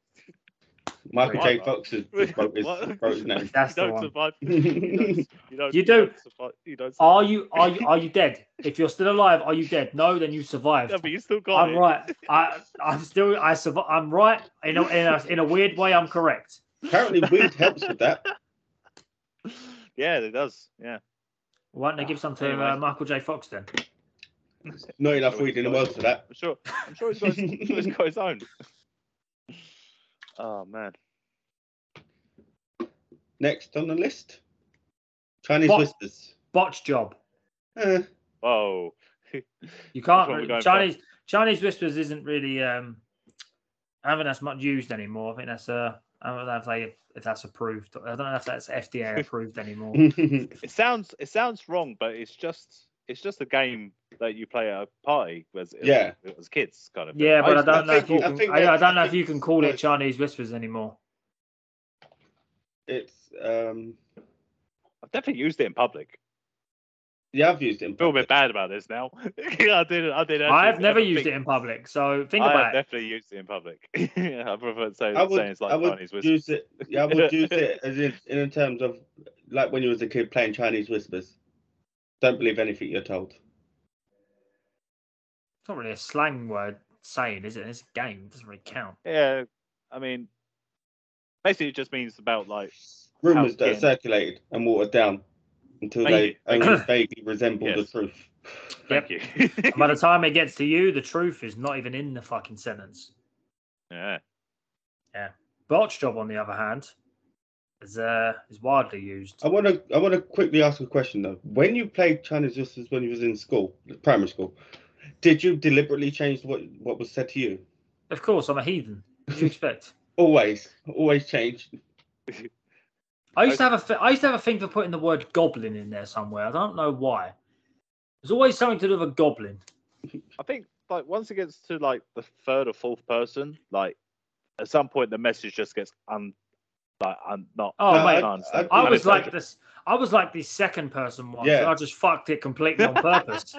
[SPEAKER 2] Michael J.
[SPEAKER 1] Why?
[SPEAKER 2] Fox has just broke his,
[SPEAKER 1] What?
[SPEAKER 2] broke his name.
[SPEAKER 3] That's
[SPEAKER 1] you
[SPEAKER 3] the
[SPEAKER 1] don't
[SPEAKER 3] one.
[SPEAKER 1] survive. You don't,
[SPEAKER 2] That's
[SPEAKER 1] you don't,
[SPEAKER 3] You
[SPEAKER 1] don't survive. You don't survive.
[SPEAKER 3] Are you are you are you dead? If you're still alive, are you dead? No, then you survived.
[SPEAKER 1] Yeah, but you still got
[SPEAKER 3] I'm
[SPEAKER 1] it.
[SPEAKER 3] right. I I'm still I survive. I'm right in a, in a in a weird way. I'm correct.
[SPEAKER 2] Apparently, weed helps with that.
[SPEAKER 1] Yeah, it does. Yeah.
[SPEAKER 3] Why don't they give some to uh,
[SPEAKER 1] Anyway.
[SPEAKER 3] Michael J. Fox then?
[SPEAKER 2] Not enough weed in the world for that.
[SPEAKER 1] I'm sure. I'm sure he's got his, I'm sure he's got his own. Oh man.
[SPEAKER 2] Next on the list, Chinese
[SPEAKER 3] What?
[SPEAKER 2] whispers.
[SPEAKER 3] Botch job.
[SPEAKER 2] Eh,
[SPEAKER 1] Whoa.
[SPEAKER 3] You
[SPEAKER 1] Which one we
[SPEAKER 3] can't
[SPEAKER 1] going for?
[SPEAKER 3] Chinese Chinese whispers isn't really um I haven't that's much used anymore. I think that's uh I don't know if they if that's approved. I don't know if that's FDA approved anymore.
[SPEAKER 1] It sounds it sounds wrong, but it's just it's just a game that you play at a party as
[SPEAKER 2] Yeah.
[SPEAKER 1] as kids kind of. thing.
[SPEAKER 3] Yeah, but I
[SPEAKER 2] I
[SPEAKER 3] don't know. If
[SPEAKER 2] think you-
[SPEAKER 3] you
[SPEAKER 2] I
[SPEAKER 3] can,
[SPEAKER 2] think
[SPEAKER 3] I, I
[SPEAKER 2] that's-
[SPEAKER 3] don't know
[SPEAKER 2] I
[SPEAKER 3] if you
[SPEAKER 2] think
[SPEAKER 3] can call it
[SPEAKER 2] that's-
[SPEAKER 3] Chinese whispers anymore.
[SPEAKER 2] it's um,
[SPEAKER 1] I've definitely used it in public.
[SPEAKER 2] yeah, I've used it. In
[SPEAKER 1] I feel a
[SPEAKER 2] public.
[SPEAKER 1] bit bad about this now. I did I did.
[SPEAKER 3] I've never used it in public, so think
[SPEAKER 1] I
[SPEAKER 3] about
[SPEAKER 1] have
[SPEAKER 3] it.
[SPEAKER 1] definitely used it in public. I prefer to say,
[SPEAKER 2] I would,
[SPEAKER 1] saying it's like
[SPEAKER 2] I would
[SPEAKER 1] Chinese whispers.
[SPEAKER 2] use it. Yeah, I would use it as in, in terms of like when you was a kid playing Chinese whispers. Don't believe anything you're told.
[SPEAKER 3] It's not really a slang word saying, is it? It's a game. It doesn't really count.
[SPEAKER 1] Yeah, I mean, basically, it just means about like
[SPEAKER 2] Rumors
[SPEAKER 1] How
[SPEAKER 2] that
[SPEAKER 1] can-
[SPEAKER 2] are circulated and watered down until
[SPEAKER 1] Thank
[SPEAKER 2] they
[SPEAKER 1] you.
[SPEAKER 2] only vaguely resemble
[SPEAKER 1] Yes.
[SPEAKER 2] the truth.
[SPEAKER 1] thank you.
[SPEAKER 3] And by the time it gets to you, the truth is not even in the fucking sentence.
[SPEAKER 1] yeah,
[SPEAKER 3] Botch job, on the other hand, is uh is widely used.
[SPEAKER 2] I want to I want to quickly ask a question though. When you played Chinese justice when you was in school, primary school, did you deliberately change what what was said to you?
[SPEAKER 3] Of course, I'm a heathen. What do you expect?
[SPEAKER 2] Always, always change.
[SPEAKER 3] I used to have a thi- I used to have a thing for putting the word goblin in there somewhere. I don't know why. There's always something to do with a goblin.
[SPEAKER 1] I think like once it gets to like the third or fourth person, like at some point the message just gets un like I'm not.
[SPEAKER 3] Oh,
[SPEAKER 2] No,
[SPEAKER 3] mate,
[SPEAKER 1] can't
[SPEAKER 2] I-
[SPEAKER 1] understand.
[SPEAKER 3] I
[SPEAKER 2] Yeah,
[SPEAKER 3] was
[SPEAKER 2] but-
[SPEAKER 3] like this. I was like the second person one.
[SPEAKER 2] Yeah.
[SPEAKER 3] so I just fucked it completely on purpose.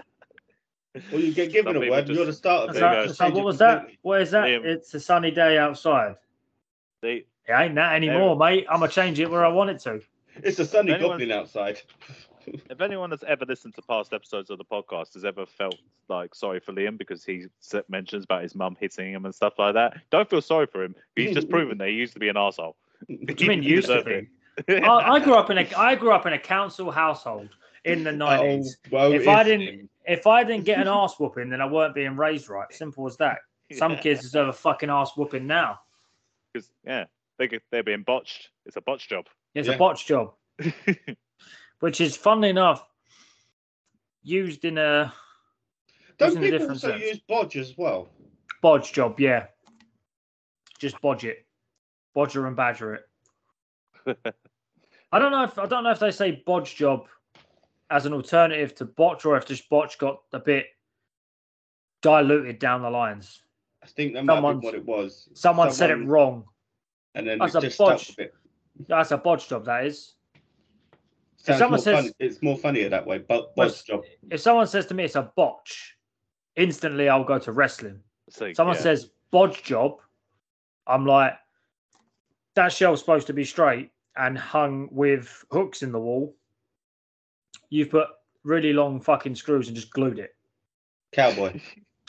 [SPEAKER 2] Or you get given
[SPEAKER 1] Some
[SPEAKER 2] a
[SPEAKER 1] people
[SPEAKER 2] word, and you're the
[SPEAKER 1] just-
[SPEAKER 2] starter.
[SPEAKER 1] There
[SPEAKER 3] It's
[SPEAKER 1] you
[SPEAKER 2] but
[SPEAKER 1] go.
[SPEAKER 2] you just
[SPEAKER 3] like- it's like,
[SPEAKER 2] change
[SPEAKER 3] what
[SPEAKER 2] it
[SPEAKER 3] was that?
[SPEAKER 2] completely.
[SPEAKER 3] What is that?
[SPEAKER 1] Liam.
[SPEAKER 3] It's a sunny day outside.
[SPEAKER 1] They-
[SPEAKER 3] It ain't that anymore, mate. I'm gonna change it where I want it to.
[SPEAKER 2] It's a sunny
[SPEAKER 1] Anyone-
[SPEAKER 2] goblin outside.
[SPEAKER 1] if anyone that's ever listened to past episodes of the podcast has ever felt like sorry for Liam because he s- mentions about his mum hitting him and stuff like that, don't feel sorry for him. He's just proven that he used to be an asshole.
[SPEAKER 2] What
[SPEAKER 3] do you mean used to be? I, I grew up in a I grew up in a council household in
[SPEAKER 2] Oh.
[SPEAKER 3] the nineties.
[SPEAKER 2] well,
[SPEAKER 3] if I
[SPEAKER 2] it's-
[SPEAKER 3] didn't if I didn't get an ass whooping, then I weren't being raised right. Simple as that. Some kids deserve a fucking ass whooping now.
[SPEAKER 1] because yeah, they could, they're being botched. It's a botch job.
[SPEAKER 3] It's
[SPEAKER 2] Yeah.
[SPEAKER 3] a botch job, which is funnily enough used in a it's
[SPEAKER 2] don't
[SPEAKER 3] in a
[SPEAKER 2] people
[SPEAKER 3] different
[SPEAKER 2] also
[SPEAKER 3] sense.
[SPEAKER 2] use bodge as well?
[SPEAKER 3] bodge job. Yeah, just bodge it, bodger and badger it. I don't know if I don't know if they say bodge job as an alternative to botch, or if just botch got a bit diluted down the lines.
[SPEAKER 2] I think that might
[SPEAKER 3] Someone's-
[SPEAKER 2] be what it was.
[SPEAKER 3] Someone, said it wrong.
[SPEAKER 2] and then
[SPEAKER 3] That's
[SPEAKER 2] it's
[SPEAKER 3] a
[SPEAKER 2] just stuck
[SPEAKER 3] bodge.
[SPEAKER 2] with it.
[SPEAKER 3] That's a bodge job. That is.
[SPEAKER 2] Sounds more
[SPEAKER 3] someone says-
[SPEAKER 2] fun- it's more funnier that way. But
[SPEAKER 3] Well,
[SPEAKER 2] bodge job.
[SPEAKER 3] If someone says to me it's a botch, instantly I'll go to wrestling.
[SPEAKER 1] So,
[SPEAKER 3] Someone
[SPEAKER 1] yeah.
[SPEAKER 3] says bodge job, I'm like, that shell's supposed to be straight and hung with hooks in the wall. You've put really long fucking screws and just glued it.
[SPEAKER 2] Cowboy.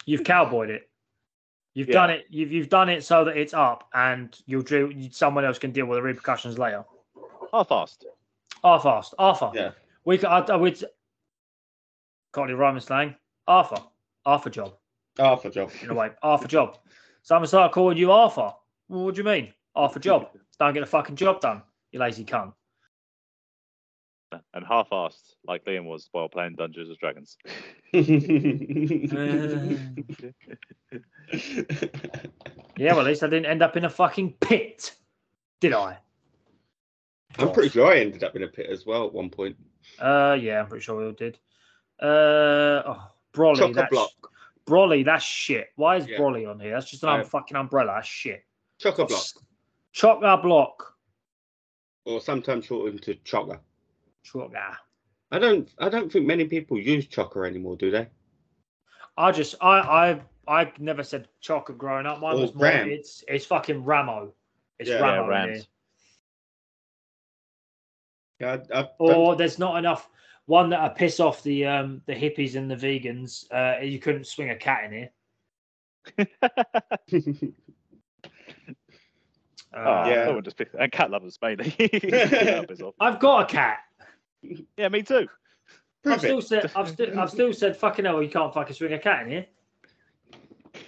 [SPEAKER 3] You've cowboyed it. You've
[SPEAKER 1] Yeah.
[SPEAKER 3] done it. You've you've done it so that it's up, and you'll do. Someone else can deal with the repercussions later.
[SPEAKER 1] half-assed.
[SPEAKER 3] Arthur, asked, Arthur.
[SPEAKER 2] Yeah.
[SPEAKER 3] We could. I, I would. Can't do rhyming slang. Arthur. Arthur job.
[SPEAKER 2] Arthur job.
[SPEAKER 3] in a way. Half a job. So I'm gonna start calling you Arthur. Well, what do you mean? Half a job. Don't get a fucking job done, you lazy cunt.
[SPEAKER 1] and half-assed, like Liam was while playing Dungeons and Dragons.
[SPEAKER 3] yeah, well at least I didn't end up in a fucking pit. Did I?
[SPEAKER 2] I'm pretty sure I ended up in a pit as well at one point.
[SPEAKER 3] Uh yeah, I'm pretty sure we all did. Uh oh, Broly.
[SPEAKER 2] Chock a
[SPEAKER 3] That's
[SPEAKER 2] block.
[SPEAKER 3] Broly, that's shit. Why is
[SPEAKER 2] Yeah.
[SPEAKER 3] Broly on here? That's just an un
[SPEAKER 2] Yeah.
[SPEAKER 3] fucking umbrella. That's shit.
[SPEAKER 2] Chock a block.
[SPEAKER 3] Chock a block.
[SPEAKER 2] Or sometimes shortened to chocker.
[SPEAKER 3] Chock a.
[SPEAKER 2] I don't I don't think many people use chocker anymore, do they?
[SPEAKER 3] I just I I I never said chocolate growing up. Mine
[SPEAKER 2] Or
[SPEAKER 3] was more,
[SPEAKER 2] Ram.
[SPEAKER 3] it's it's fucking Ramo. It's
[SPEAKER 2] Oh, Yeah. Yeah,
[SPEAKER 3] Ramo. in
[SPEAKER 1] Rams.
[SPEAKER 3] here.
[SPEAKER 2] Yeah, I, I,
[SPEAKER 3] Or there's not enough one that I piss off the um the hippies and the vegans. Uh, you couldn't swing a cat in here. Uh, Ah,
[SPEAKER 1] Oh,
[SPEAKER 2] Yeah.
[SPEAKER 1] I would just pick- and cat lovers mainly. yeah, piss off.
[SPEAKER 3] I've got a cat.
[SPEAKER 1] Yeah, me too.
[SPEAKER 3] I've
[SPEAKER 2] Prove
[SPEAKER 3] still
[SPEAKER 2] it.
[SPEAKER 3] said I've still I've still said fucking hell. You can't fucking swing a cat in here.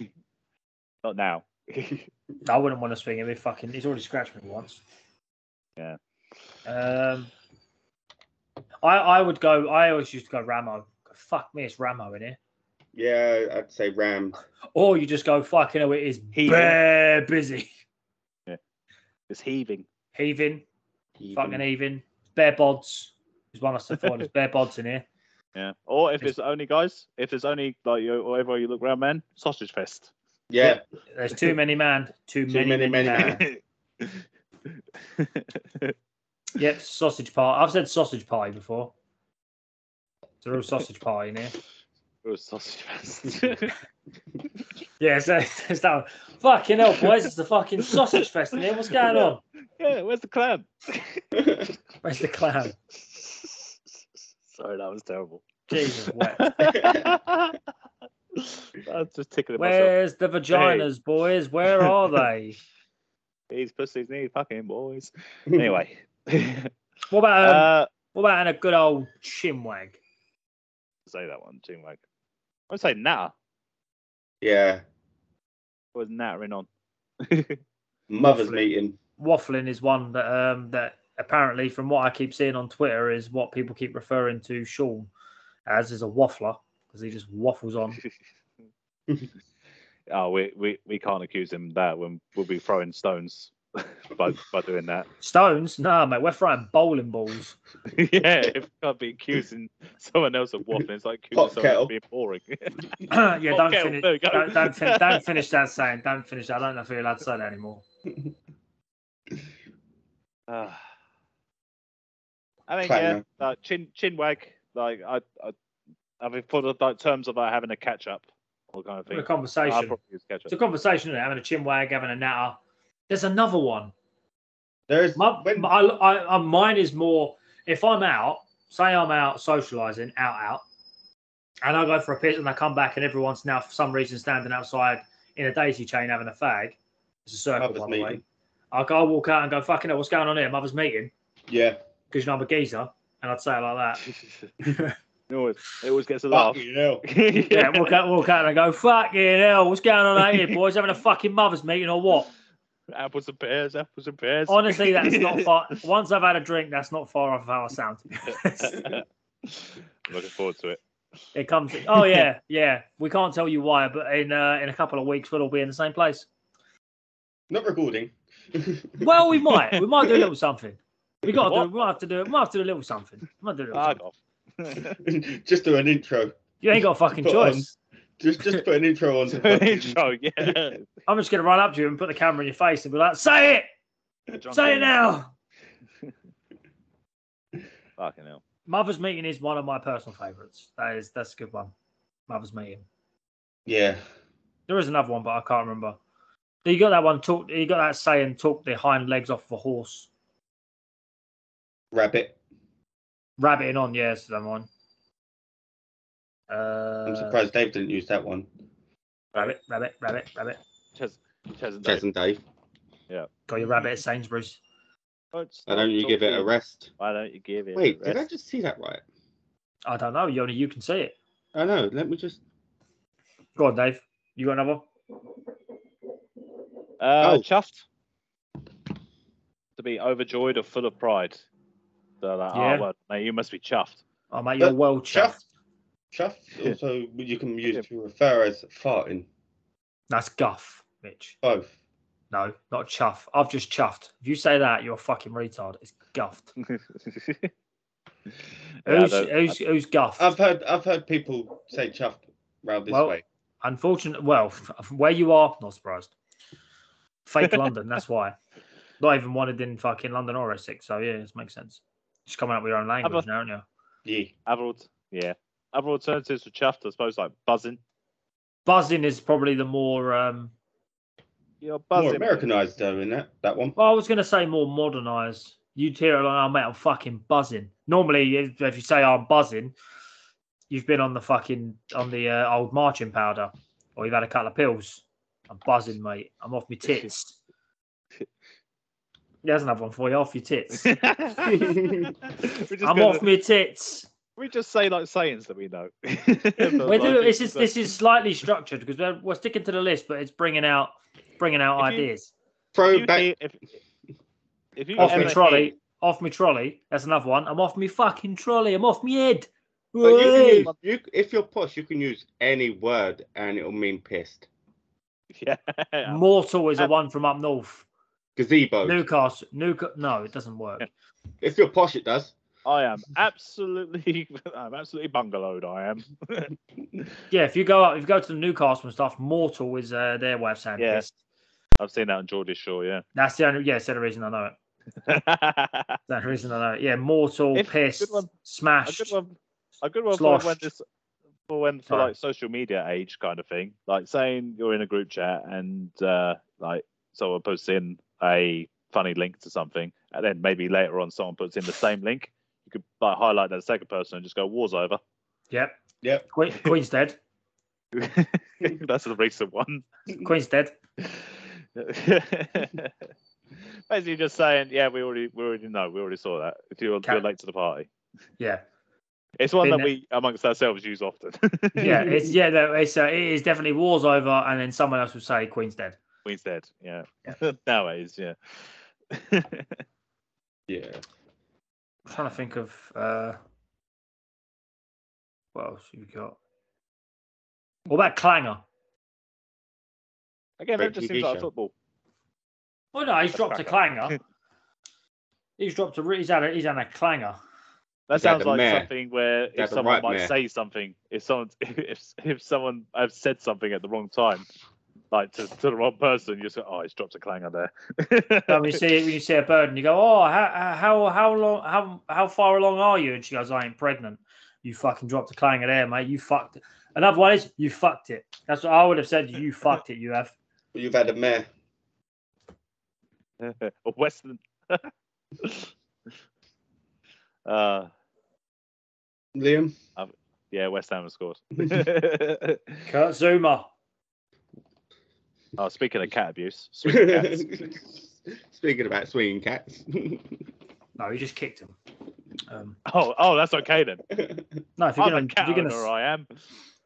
[SPEAKER 1] Not now.
[SPEAKER 3] I wouldn't want to swing him. He fucking he's already scratched me once.
[SPEAKER 1] Yeah.
[SPEAKER 3] Um. I I would go. I always used to go Ramo. Fuck me, it's Ramo in here.
[SPEAKER 2] Yeah, I'd say Ram.
[SPEAKER 3] Or you just go fucking hell. It is
[SPEAKER 1] Heaving.
[SPEAKER 3] bare busy.
[SPEAKER 1] It's heaving.
[SPEAKER 3] Heaving, fucking heaving. Bare bods. There's one I said before. There's bare bods in here.
[SPEAKER 1] Yeah. Or if
[SPEAKER 3] It's-
[SPEAKER 1] it's only guys, if there's only like you or everywhere you look round, man, sausage fest.
[SPEAKER 2] Yeah.
[SPEAKER 3] There's too many man. Too,
[SPEAKER 2] Too
[SPEAKER 3] many,
[SPEAKER 2] many,
[SPEAKER 3] many,
[SPEAKER 2] many
[SPEAKER 3] man. yep, sausage pie. I've said sausage pie before. It's a real sausage pie in here.
[SPEAKER 1] It was sausage fest.
[SPEAKER 3] Yeah, so it's that one. Fucking hell, boys. It's the fucking sausage fest in here. What's going on?
[SPEAKER 1] yeah, where's the clam?
[SPEAKER 3] Where's the clown?
[SPEAKER 1] Sorry, that was terrible.
[SPEAKER 3] Jesus, wet.
[SPEAKER 1] I was just tickling myself.
[SPEAKER 3] Where's the vaginas, boys? Where are they?
[SPEAKER 1] These pussies need fucking boys. Anyway.
[SPEAKER 3] What about um,
[SPEAKER 1] uh,
[SPEAKER 3] what about in a good old chinwag?
[SPEAKER 1] say that one, Team Wag. I would say natter.
[SPEAKER 2] yeah.
[SPEAKER 1] What was nattering on?
[SPEAKER 2] Mother's
[SPEAKER 3] Lovely.
[SPEAKER 2] meeting.
[SPEAKER 3] Waffling is one that um that apparently, from what I keep seeing on Twitter, is what people keep referring to Sean as is a waffler because he just waffles on.
[SPEAKER 1] Oh, we, we, we can't accuse him of that when we'll be throwing stones by by doing that.
[SPEAKER 3] Stones? Nah, mate, we're throwing bowling balls.
[SPEAKER 1] yeah, if we can't be accusing someone else of waffling, it's like accusing
[SPEAKER 2] Hot
[SPEAKER 1] someone
[SPEAKER 2] kettle.
[SPEAKER 1] of being boring.
[SPEAKER 3] yeah, don't,
[SPEAKER 1] Okay,
[SPEAKER 3] finish,
[SPEAKER 1] there we go.
[SPEAKER 3] don't, don't, fin- don't finish that saying. Don't finish that. I don't know if you're allowed to say that anymore.
[SPEAKER 1] Ah. I mean,
[SPEAKER 2] Clanger.
[SPEAKER 1] yeah, like chin chin wag. Like I, I, I mean, for the like, terms of like having a catch up or kind of
[SPEAKER 3] What a
[SPEAKER 1] thing. I
[SPEAKER 3] conversation.
[SPEAKER 1] probably use catch
[SPEAKER 3] It's a
[SPEAKER 1] up.
[SPEAKER 3] conversation, isn't it? Having a chin wag, having a natter. There's another one.
[SPEAKER 2] There is
[SPEAKER 3] My,
[SPEAKER 2] when
[SPEAKER 3] my- I, I, uh, mine is more if I'm out, say I'm out socializing, out, out, and I go for a piss and I come back and everyone's now for some reason standing outside in a daisy chain having a fag. It's a circle,
[SPEAKER 2] Mother's
[SPEAKER 3] by the way.
[SPEAKER 2] meeting.
[SPEAKER 3] I go walk out and go, fucking hell, what's going on here? Mother's meeting.
[SPEAKER 2] Yeah.
[SPEAKER 3] Because you know I'm a geezer. And I'd say it like that.
[SPEAKER 1] It always, it always gets a laugh.
[SPEAKER 2] Fuck you know.
[SPEAKER 3] yeah, walk out, walk out and I go, fucking hell, what's going on out here, boys? Having a fucking mother's meeting or what?
[SPEAKER 1] Apples and pears, apples and pears.
[SPEAKER 3] Honestly, that's not far. Once I've had a drink, that's not far off how I sound.
[SPEAKER 1] Looking forward to it.
[SPEAKER 3] it comes. Oh yeah, yeah. We can't tell you why, but in uh, in a couple of weeks, we'll all be in the same place.
[SPEAKER 2] Not recording.
[SPEAKER 3] Well, we might. We might do a little something. We got to
[SPEAKER 1] What? Ah,
[SPEAKER 3] do. We might have to do. We might have to do a little something. We might do a little
[SPEAKER 1] Fuck
[SPEAKER 3] something.
[SPEAKER 1] off.
[SPEAKER 2] just do an intro.
[SPEAKER 3] You ain't got a fucking
[SPEAKER 2] Put on-
[SPEAKER 3] choice.
[SPEAKER 2] Just just put an intro on. to fucking-
[SPEAKER 1] Intro, yeah.
[SPEAKER 3] I'm just gonna run up to you and put the camera in your face and be like, "Say it,
[SPEAKER 1] Drunk
[SPEAKER 3] say it
[SPEAKER 1] on-
[SPEAKER 3] now."
[SPEAKER 1] Fucking hell.
[SPEAKER 3] Mother's meeting is one of my personal favorites. That is that's a good one. Mother's meeting.
[SPEAKER 2] Yeah.
[SPEAKER 3] There is another one, but I can't remember. You got that one. Talk. You got that saying, "Talk the hind legs off of a horse."
[SPEAKER 2] Rabbit.
[SPEAKER 3] Rabbiting on, yes, that one. Uh,
[SPEAKER 2] I'm surprised Dave didn't use that one.
[SPEAKER 3] Rabbit, rabbit, rabbit, rabbit.
[SPEAKER 1] Ches, Ches and
[SPEAKER 2] Jason Dave.
[SPEAKER 3] Got your rabbit at Sainsbury's.
[SPEAKER 2] I don't you give it a rest.
[SPEAKER 1] Why don't you give it
[SPEAKER 2] Wait,
[SPEAKER 1] a
[SPEAKER 2] did I
[SPEAKER 1] rest?
[SPEAKER 2] just see that right?
[SPEAKER 3] I don't know, Yoni. You can see it.
[SPEAKER 2] I know. Let me just.
[SPEAKER 3] Go on, Dave. You got another?
[SPEAKER 1] Uh,
[SPEAKER 2] Oh.
[SPEAKER 1] Chuffed. To be overjoyed or full of pride. They're like,
[SPEAKER 3] Yeah.
[SPEAKER 1] oh, well, mate, you must be chuffed.
[SPEAKER 3] Oh, mate, you're
[SPEAKER 2] Uh,
[SPEAKER 3] well chuffed.
[SPEAKER 2] Chuffed. Chuffed. Also, you can use to refer as farting.
[SPEAKER 3] That's guff, Mitch.
[SPEAKER 2] Both.
[SPEAKER 3] No, not chuff. I've just chuffed. If you say that, you're a fucking retard. It's guffed.
[SPEAKER 1] Yeah, uh, I
[SPEAKER 3] Who's
[SPEAKER 1] don't-
[SPEAKER 3] who's who's guffed?
[SPEAKER 2] I've heard I've heard people say chuffed round this
[SPEAKER 3] Well-
[SPEAKER 2] way.
[SPEAKER 3] Unfortunate. Well, from where you are, not surprised. Fake London. That's why. Not even wanted in fucking London or Essex. So yeah, this makes sense. Just coming up with your own language now, aren't you?
[SPEAKER 2] Yeah.
[SPEAKER 1] Other, al- yeah. Other alternatives for chuffed, I suppose, like buzzing.
[SPEAKER 3] buzzing is probably the more um
[SPEAKER 1] You're buzzing.
[SPEAKER 2] More
[SPEAKER 1] mate.
[SPEAKER 2] Americanized though in that that one.
[SPEAKER 3] well, I was gonna say more modernized. You'd hear it like, oh mate, I'm fucking buzzing. Normally if, if you say I'm buzzing, you've been on the fucking on the uh, old marching powder or you've had a couple of pills. I'm buzzing, mate. I'm off my tits. There's another one for you, off your tits.
[SPEAKER 1] we just
[SPEAKER 3] I'm
[SPEAKER 1] gotta-
[SPEAKER 3] off my tits.
[SPEAKER 1] We just say like sayings that we know.
[SPEAKER 3] We're doing, this is this is slightly structured because we're, we're sticking to the list, but it's bringing out bringing out
[SPEAKER 1] If you-
[SPEAKER 3] ideas.
[SPEAKER 1] if
[SPEAKER 2] Throw
[SPEAKER 1] you,
[SPEAKER 2] back
[SPEAKER 1] hear- if, if you
[SPEAKER 3] off
[SPEAKER 1] ever
[SPEAKER 3] my
[SPEAKER 1] hear-
[SPEAKER 3] trolley. Off my trolley. That's another one. I'm off my fucking trolley. I'm off my head.
[SPEAKER 2] But you can
[SPEAKER 3] Whey.
[SPEAKER 2] use, you, if you're posh, you can use any word and it'll mean pissed.
[SPEAKER 1] yeah,
[SPEAKER 3] Mortal is a one from up north.
[SPEAKER 2] Gazebo.
[SPEAKER 3] Newcastle. Newcastle. No, it doesn't work.
[SPEAKER 2] If you're posh, it does.
[SPEAKER 1] I am absolutely, I'm absolutely bungalowed. I am.
[SPEAKER 3] Yeah, if you go up, if you go to the Newcastle and stuff, mortal is uh, their way of saying
[SPEAKER 1] Yeah.
[SPEAKER 3] pissed.
[SPEAKER 1] I've seen that on Geordie Shore. Yeah.
[SPEAKER 3] That's the only. Yeah, it's the only reason I know it.
[SPEAKER 1] a
[SPEAKER 3] That's the reason I know it. Yeah, mortal,
[SPEAKER 1] If-
[SPEAKER 3] pissed,
[SPEAKER 1] good one.
[SPEAKER 3] smashed.
[SPEAKER 1] good one. A good one for when
[SPEAKER 3] Sloshed.
[SPEAKER 1] this, for when for
[SPEAKER 3] Sorry.
[SPEAKER 1] like social media age kind of thing, like saying you're in a group chat and uh like someone puts in a funny link to something, and then maybe later on someone puts in the same link. You could like highlight that second person and just go, "War's over."
[SPEAKER 3] Yep.
[SPEAKER 2] Yep.
[SPEAKER 3] Que- Queen's dead.
[SPEAKER 1] That's the recent one.
[SPEAKER 3] Queen's dead.
[SPEAKER 1] Basically, just saying, yeah, we already, we already know, we already saw that. If you're,
[SPEAKER 3] Cat-
[SPEAKER 1] you're late to the party,
[SPEAKER 3] Yeah.
[SPEAKER 1] it's one
[SPEAKER 3] Been
[SPEAKER 1] that
[SPEAKER 3] there.
[SPEAKER 1] we amongst ourselves use often.
[SPEAKER 3] Yeah. It's yeah. No, it's uh, it is definitely wars over, and then someone else will say Queen's dead.
[SPEAKER 1] Queen's dead, yeah. Nowadays, yeah.
[SPEAKER 2] Yeah.
[SPEAKER 3] I'm trying to think of uh, what else you got. What about Clanger?
[SPEAKER 1] Again, that
[SPEAKER 2] Great
[SPEAKER 1] just
[SPEAKER 2] TV
[SPEAKER 1] seems like
[SPEAKER 2] show.
[SPEAKER 1] football.
[SPEAKER 3] Well, no, he's
[SPEAKER 1] That's
[SPEAKER 3] dropped a Clanger. he's dropped a. re- He's had a. He's had a Clanger.
[SPEAKER 1] That
[SPEAKER 2] Is that
[SPEAKER 1] sounds
[SPEAKER 2] the
[SPEAKER 1] like
[SPEAKER 2] mayor?
[SPEAKER 1] something where
[SPEAKER 2] that
[SPEAKER 1] if
[SPEAKER 2] the
[SPEAKER 1] someone
[SPEAKER 2] right
[SPEAKER 1] might
[SPEAKER 2] mayor?
[SPEAKER 1] say something, if someone if if someone has said something at the wrong time, like to, to the wrong person, you just go, oh, he's dropped a clanger there.
[SPEAKER 3] But when you see when you see a bird and you go, oh, how how how long how how far along are you? And she goes, I ain't pregnant. You fucking dropped a clanger there, mate. You fucked it. Another one is you fucked it. That's what I would have said. You fucked it. You have.
[SPEAKER 2] You've had a mayor.
[SPEAKER 1] or Western. uh,
[SPEAKER 2] Liam?
[SPEAKER 1] yeah, West Ham has scored. oh,
[SPEAKER 3] Kurt Zuma.
[SPEAKER 1] speaking of cat abuse, swinging cats.
[SPEAKER 2] Speaking about swinging cats.
[SPEAKER 3] No, he just kicked him. Um,
[SPEAKER 1] Oh, oh, that's okay then.
[SPEAKER 3] no, if you're
[SPEAKER 1] I'm
[SPEAKER 3] gonna
[SPEAKER 1] a cat
[SPEAKER 3] if you're
[SPEAKER 1] owner,
[SPEAKER 3] gonna,
[SPEAKER 1] I am.
[SPEAKER 3] if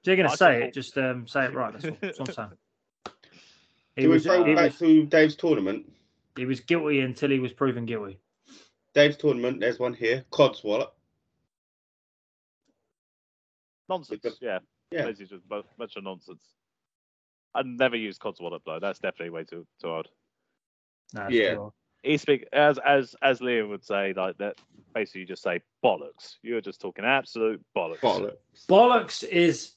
[SPEAKER 3] you're
[SPEAKER 1] I
[SPEAKER 3] gonna say
[SPEAKER 1] support-
[SPEAKER 3] it, just um, say it right. That's all. That's what I'm saying. He
[SPEAKER 2] Do we
[SPEAKER 3] was,
[SPEAKER 2] go
[SPEAKER 3] he,
[SPEAKER 2] back
[SPEAKER 3] was,
[SPEAKER 2] to Dave's tournament?
[SPEAKER 3] he was guilty until he was proven guilty.
[SPEAKER 2] Dave's tournament, there's one here. Codswallop.
[SPEAKER 1] Nonsense.
[SPEAKER 2] Because-
[SPEAKER 1] Yeah.
[SPEAKER 2] Yeah.
[SPEAKER 1] Basically just bu- bunch of nonsense. I'd never use Cod's wallet though. That's definitely way too too hard.
[SPEAKER 3] No, it's
[SPEAKER 2] Yeah.
[SPEAKER 3] cool.
[SPEAKER 1] He speak as as as Liam would say, like that basically you just say bollocks. You're just talking absolute bollocks.
[SPEAKER 2] Bollocks.
[SPEAKER 3] Bollocks is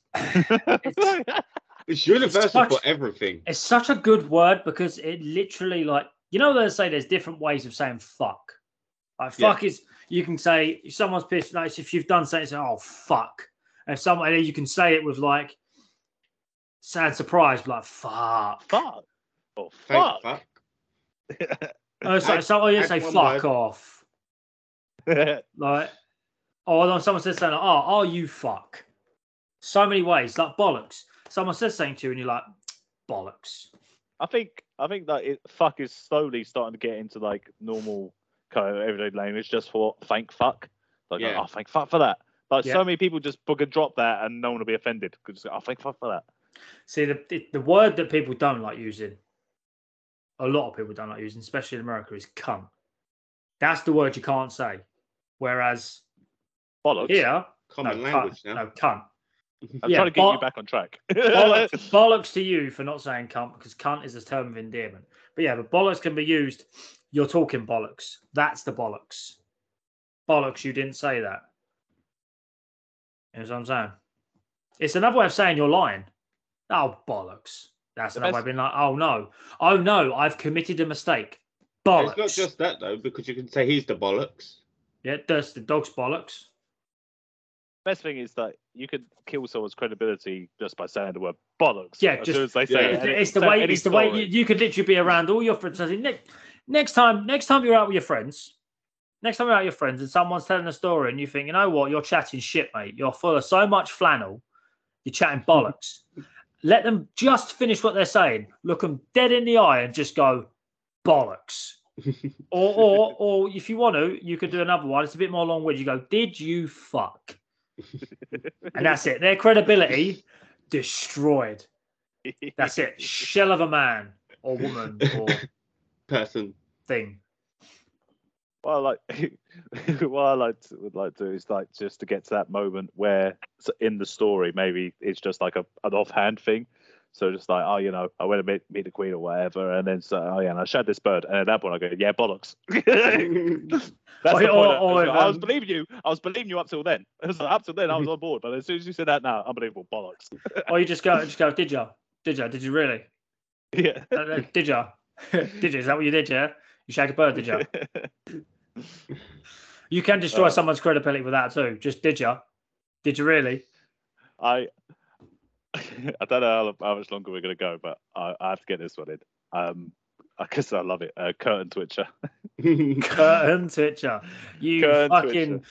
[SPEAKER 2] It's universal
[SPEAKER 3] Such-
[SPEAKER 2] for everything.
[SPEAKER 3] It's such a good word because it literally like you know they say there's different ways of saying fuck. Like
[SPEAKER 2] Yeah.
[SPEAKER 3] fuck is you can say if someone's pissed. No, if you've done something, say oh fuck. And if someone you can say it with like sad surprise, like fuck.
[SPEAKER 1] fuck. Oh
[SPEAKER 2] Thank
[SPEAKER 1] fuck.
[SPEAKER 2] fuck.
[SPEAKER 3] Oh, so,
[SPEAKER 2] Add-
[SPEAKER 3] so oh, you say
[SPEAKER 2] add one
[SPEAKER 3] fuck
[SPEAKER 2] word.
[SPEAKER 3] off. Like or then someone says something like, oh oh you fuck. So many ways like bollocks. Someone says something to you and you're like bollocks.
[SPEAKER 1] I think I think that it, fuck is slowly starting to get into like normal kind of everyday language just for thank fuck. Like
[SPEAKER 2] Yeah.
[SPEAKER 1] oh thank fuck for that. Like
[SPEAKER 3] Yeah.
[SPEAKER 1] so many people just book and drop that and no one will be offended. Could just go, oh thank fuck for that.
[SPEAKER 3] See, the, the the word that people don't like using, a lot of people don't like using, especially in America, is cunt. That's the word you can't say. Whereas
[SPEAKER 1] Bollocks.
[SPEAKER 3] here, no,
[SPEAKER 2] Common language
[SPEAKER 3] cunt,
[SPEAKER 2] now.
[SPEAKER 3] no, cunt.
[SPEAKER 1] I'm
[SPEAKER 3] Yeah,
[SPEAKER 1] trying to get you
[SPEAKER 3] boll-
[SPEAKER 1] back on track.
[SPEAKER 3] Bollocks, bollocks to you for not saying cunt because cunt is a term of endearment. But yeah, but bollocks can be used. You're talking bollocks. That's the bollocks. Bollocks, you didn't say that. You know what I'm saying? It's another way of saying you're lying. Oh, bollocks. That's
[SPEAKER 1] The
[SPEAKER 3] another way
[SPEAKER 1] best-
[SPEAKER 3] of being like, oh no. Oh no, I've committed a mistake.
[SPEAKER 2] It's
[SPEAKER 3] Bollocks.
[SPEAKER 2] not just that though, because you can say he's the bollocks.
[SPEAKER 3] Yeah, that's the dog's bollocks.
[SPEAKER 1] best thing is that you could kill someone's credibility just by saying the word bollocks.
[SPEAKER 3] Yeah,
[SPEAKER 1] as
[SPEAKER 3] just-
[SPEAKER 1] soon as they say
[SPEAKER 2] yeah.
[SPEAKER 1] it.
[SPEAKER 3] It's,
[SPEAKER 1] And
[SPEAKER 3] the- it's
[SPEAKER 1] it
[SPEAKER 3] the
[SPEAKER 1] can tell
[SPEAKER 3] way.
[SPEAKER 1] any
[SPEAKER 3] It's the way
[SPEAKER 1] story.
[SPEAKER 3] you, you could literally be around all your friends. I think next, next time, next time you're out with your friends, next time you're out with your friends, and someone's telling a story, and you think, you know what, you're chatting shit, mate. You're full of so much flannel. You're chatting bollocks. Let them just finish what they're saying. Look them dead in the eye and just go bollocks. or, or, or if you want to, you could do another one. It's a bit more long-winded. You go, did you fuck? and that's it. Their credibility destroyed. That's it. Shell of a man or woman or
[SPEAKER 2] Person.
[SPEAKER 3] thing.
[SPEAKER 1] what I like, what I like to, would like to do is like just to get to that moment where s- in the story maybe it's just like a an offhand thing. So just like, oh, you know, I went to meet, meet the queen or whatever, and then so, oh yeah, and I shot this bird, and at that point I go, yeah, bollocks. That's
[SPEAKER 3] Or-
[SPEAKER 1] the point.
[SPEAKER 3] or-
[SPEAKER 1] I was
[SPEAKER 3] or
[SPEAKER 1] like,
[SPEAKER 3] if,
[SPEAKER 1] I was
[SPEAKER 3] um,
[SPEAKER 1] believing you. I was believing you up till then. I was like, up till then, I was on board, but as soon as you said that, now unbelievable bollocks.
[SPEAKER 3] Or Oh, you just go, just go. Did you? Did you? Did you really?
[SPEAKER 1] Yeah.
[SPEAKER 3] Uh, uh, Did you? did you? Is that what you did? Yeah. You shag a bird, did you? You can destroy
[SPEAKER 1] Uh,
[SPEAKER 3] someone's credibility with that too. Just did you? Did you really?
[SPEAKER 1] I I don't know how, how much longer we're gonna go, but I, I have to get this one in. Um, I guess I love it. Uh, curtain twitcher.
[SPEAKER 3] Curtain twitcher. You
[SPEAKER 1] Curtain
[SPEAKER 3] fucking.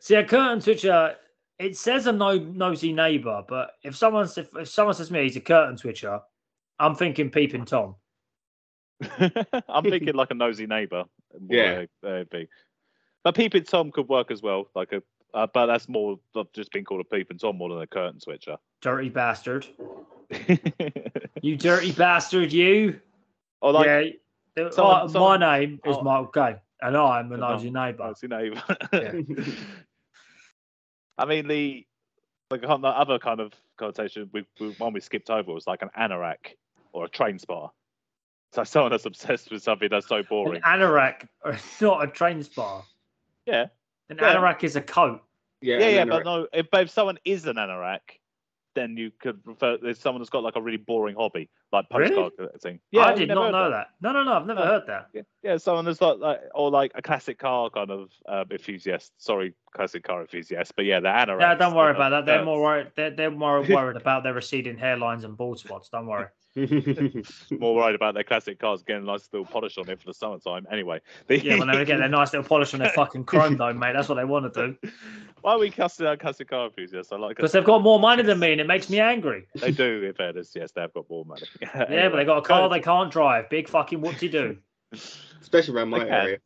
[SPEAKER 3] See a curtain twitcher. It says a no nosy neighbour, but if someone if, if someone says to me he's a curtain twitcher, I'm thinking peeping tom.
[SPEAKER 1] I'm thinking like a nosy neighbour. more
[SPEAKER 2] Yeah.
[SPEAKER 1] than a- a big. But peeping tom could work as well. Like a, uh, but that's more of just being called a peeping tom more than a curtain switcher.
[SPEAKER 3] Dirty bastard. You dirty bastard, you.
[SPEAKER 1] or like
[SPEAKER 3] yeah. Uh,
[SPEAKER 1] someone-
[SPEAKER 3] oh,
[SPEAKER 1] someone-
[SPEAKER 3] my name is
[SPEAKER 1] oh.
[SPEAKER 3] Michael Gay. and I'm the
[SPEAKER 1] No,
[SPEAKER 3] nosy neighbour.
[SPEAKER 1] That's your neighbour.
[SPEAKER 3] Yeah.
[SPEAKER 1] I mean, the like on the other kind of connotation, we, we, one we skipped over was like an anorak or a train spar. So someone that's obsessed with something that's so
[SPEAKER 3] An
[SPEAKER 1] boring.
[SPEAKER 3] anorak, is not a train spar.
[SPEAKER 1] Yeah.
[SPEAKER 3] An
[SPEAKER 1] Yeah.
[SPEAKER 3] anorak is a coat.
[SPEAKER 1] yeah, yeah, but no, if, but if someone is an anorak, then you could refer. There's someone that's got like a really boring hobby, like
[SPEAKER 3] Really?
[SPEAKER 1] postcard collecting.
[SPEAKER 3] Yeah, I
[SPEAKER 1] I've
[SPEAKER 3] did
[SPEAKER 1] never
[SPEAKER 3] not
[SPEAKER 1] heard Oh.
[SPEAKER 3] know that. No, no, no. I've never
[SPEAKER 1] No.
[SPEAKER 3] heard that.
[SPEAKER 1] Yeah, yeah, someone that's like, like or like a classic car kind of um, enthusiast. Sorry, classic car enthusiast, but yeah, the anoraks.
[SPEAKER 3] Yeah, don't worry
[SPEAKER 1] you know,
[SPEAKER 3] about that. They're
[SPEAKER 1] nerds.
[SPEAKER 3] more worried. They're, they're more worried about their receding hairlines and bald spots. Don't worry.
[SPEAKER 1] more worried about their classic cars getting a nice little polish on it for the summertime. Anyway, the,
[SPEAKER 3] Yeah, when they get their nice little polish on their fucking chrome though, mate. That's what they want to do
[SPEAKER 1] why are we cussing out classic car enthusiasts? I like
[SPEAKER 3] because they've got more money than me, and it makes me angry.
[SPEAKER 1] they do. In fairness, yes, they've got more money.
[SPEAKER 3] Yeah, but they got a car they can't drive. Big fucking whoopty do.
[SPEAKER 2] Especially around my
[SPEAKER 1] Okay.
[SPEAKER 2] area.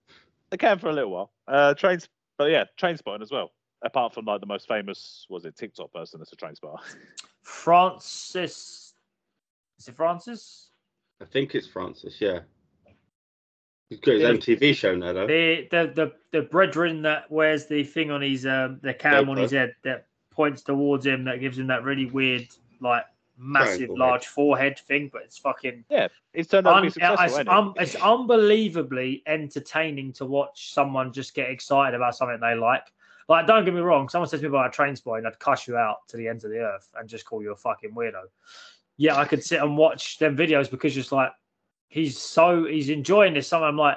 [SPEAKER 1] They can for a little while. Uh, trains, but yeah, train spotting as well. Apart from like the most famous, was it TikTok person that's a train spotter?
[SPEAKER 3] Francis, is it Francis?
[SPEAKER 2] I think it's Francis, yeah. He's got his
[SPEAKER 3] Yeah.
[SPEAKER 2] own TV show now, though.
[SPEAKER 3] The the the the brethren that wears the thing on his um the cam on
[SPEAKER 2] GoPro.
[SPEAKER 3] his head that points towards him that gives him that really weird like massive
[SPEAKER 2] Triangle head.
[SPEAKER 3] large forehead thing, but it's fucking
[SPEAKER 1] Yeah, it's turned out to
[SPEAKER 3] un-
[SPEAKER 1] be successful,
[SPEAKER 3] it's,
[SPEAKER 1] hasn't it?
[SPEAKER 3] un- it's unbelievably entertaining to watch someone just get excited about something they like. Like, don't get me wrong, someone says to me about a train spotting, I'd cuss you out to the ends of the earth and just call you a fucking weirdo. Yeah, I could sit and watch them videos because just like he's so he's enjoying this. Something I'm like,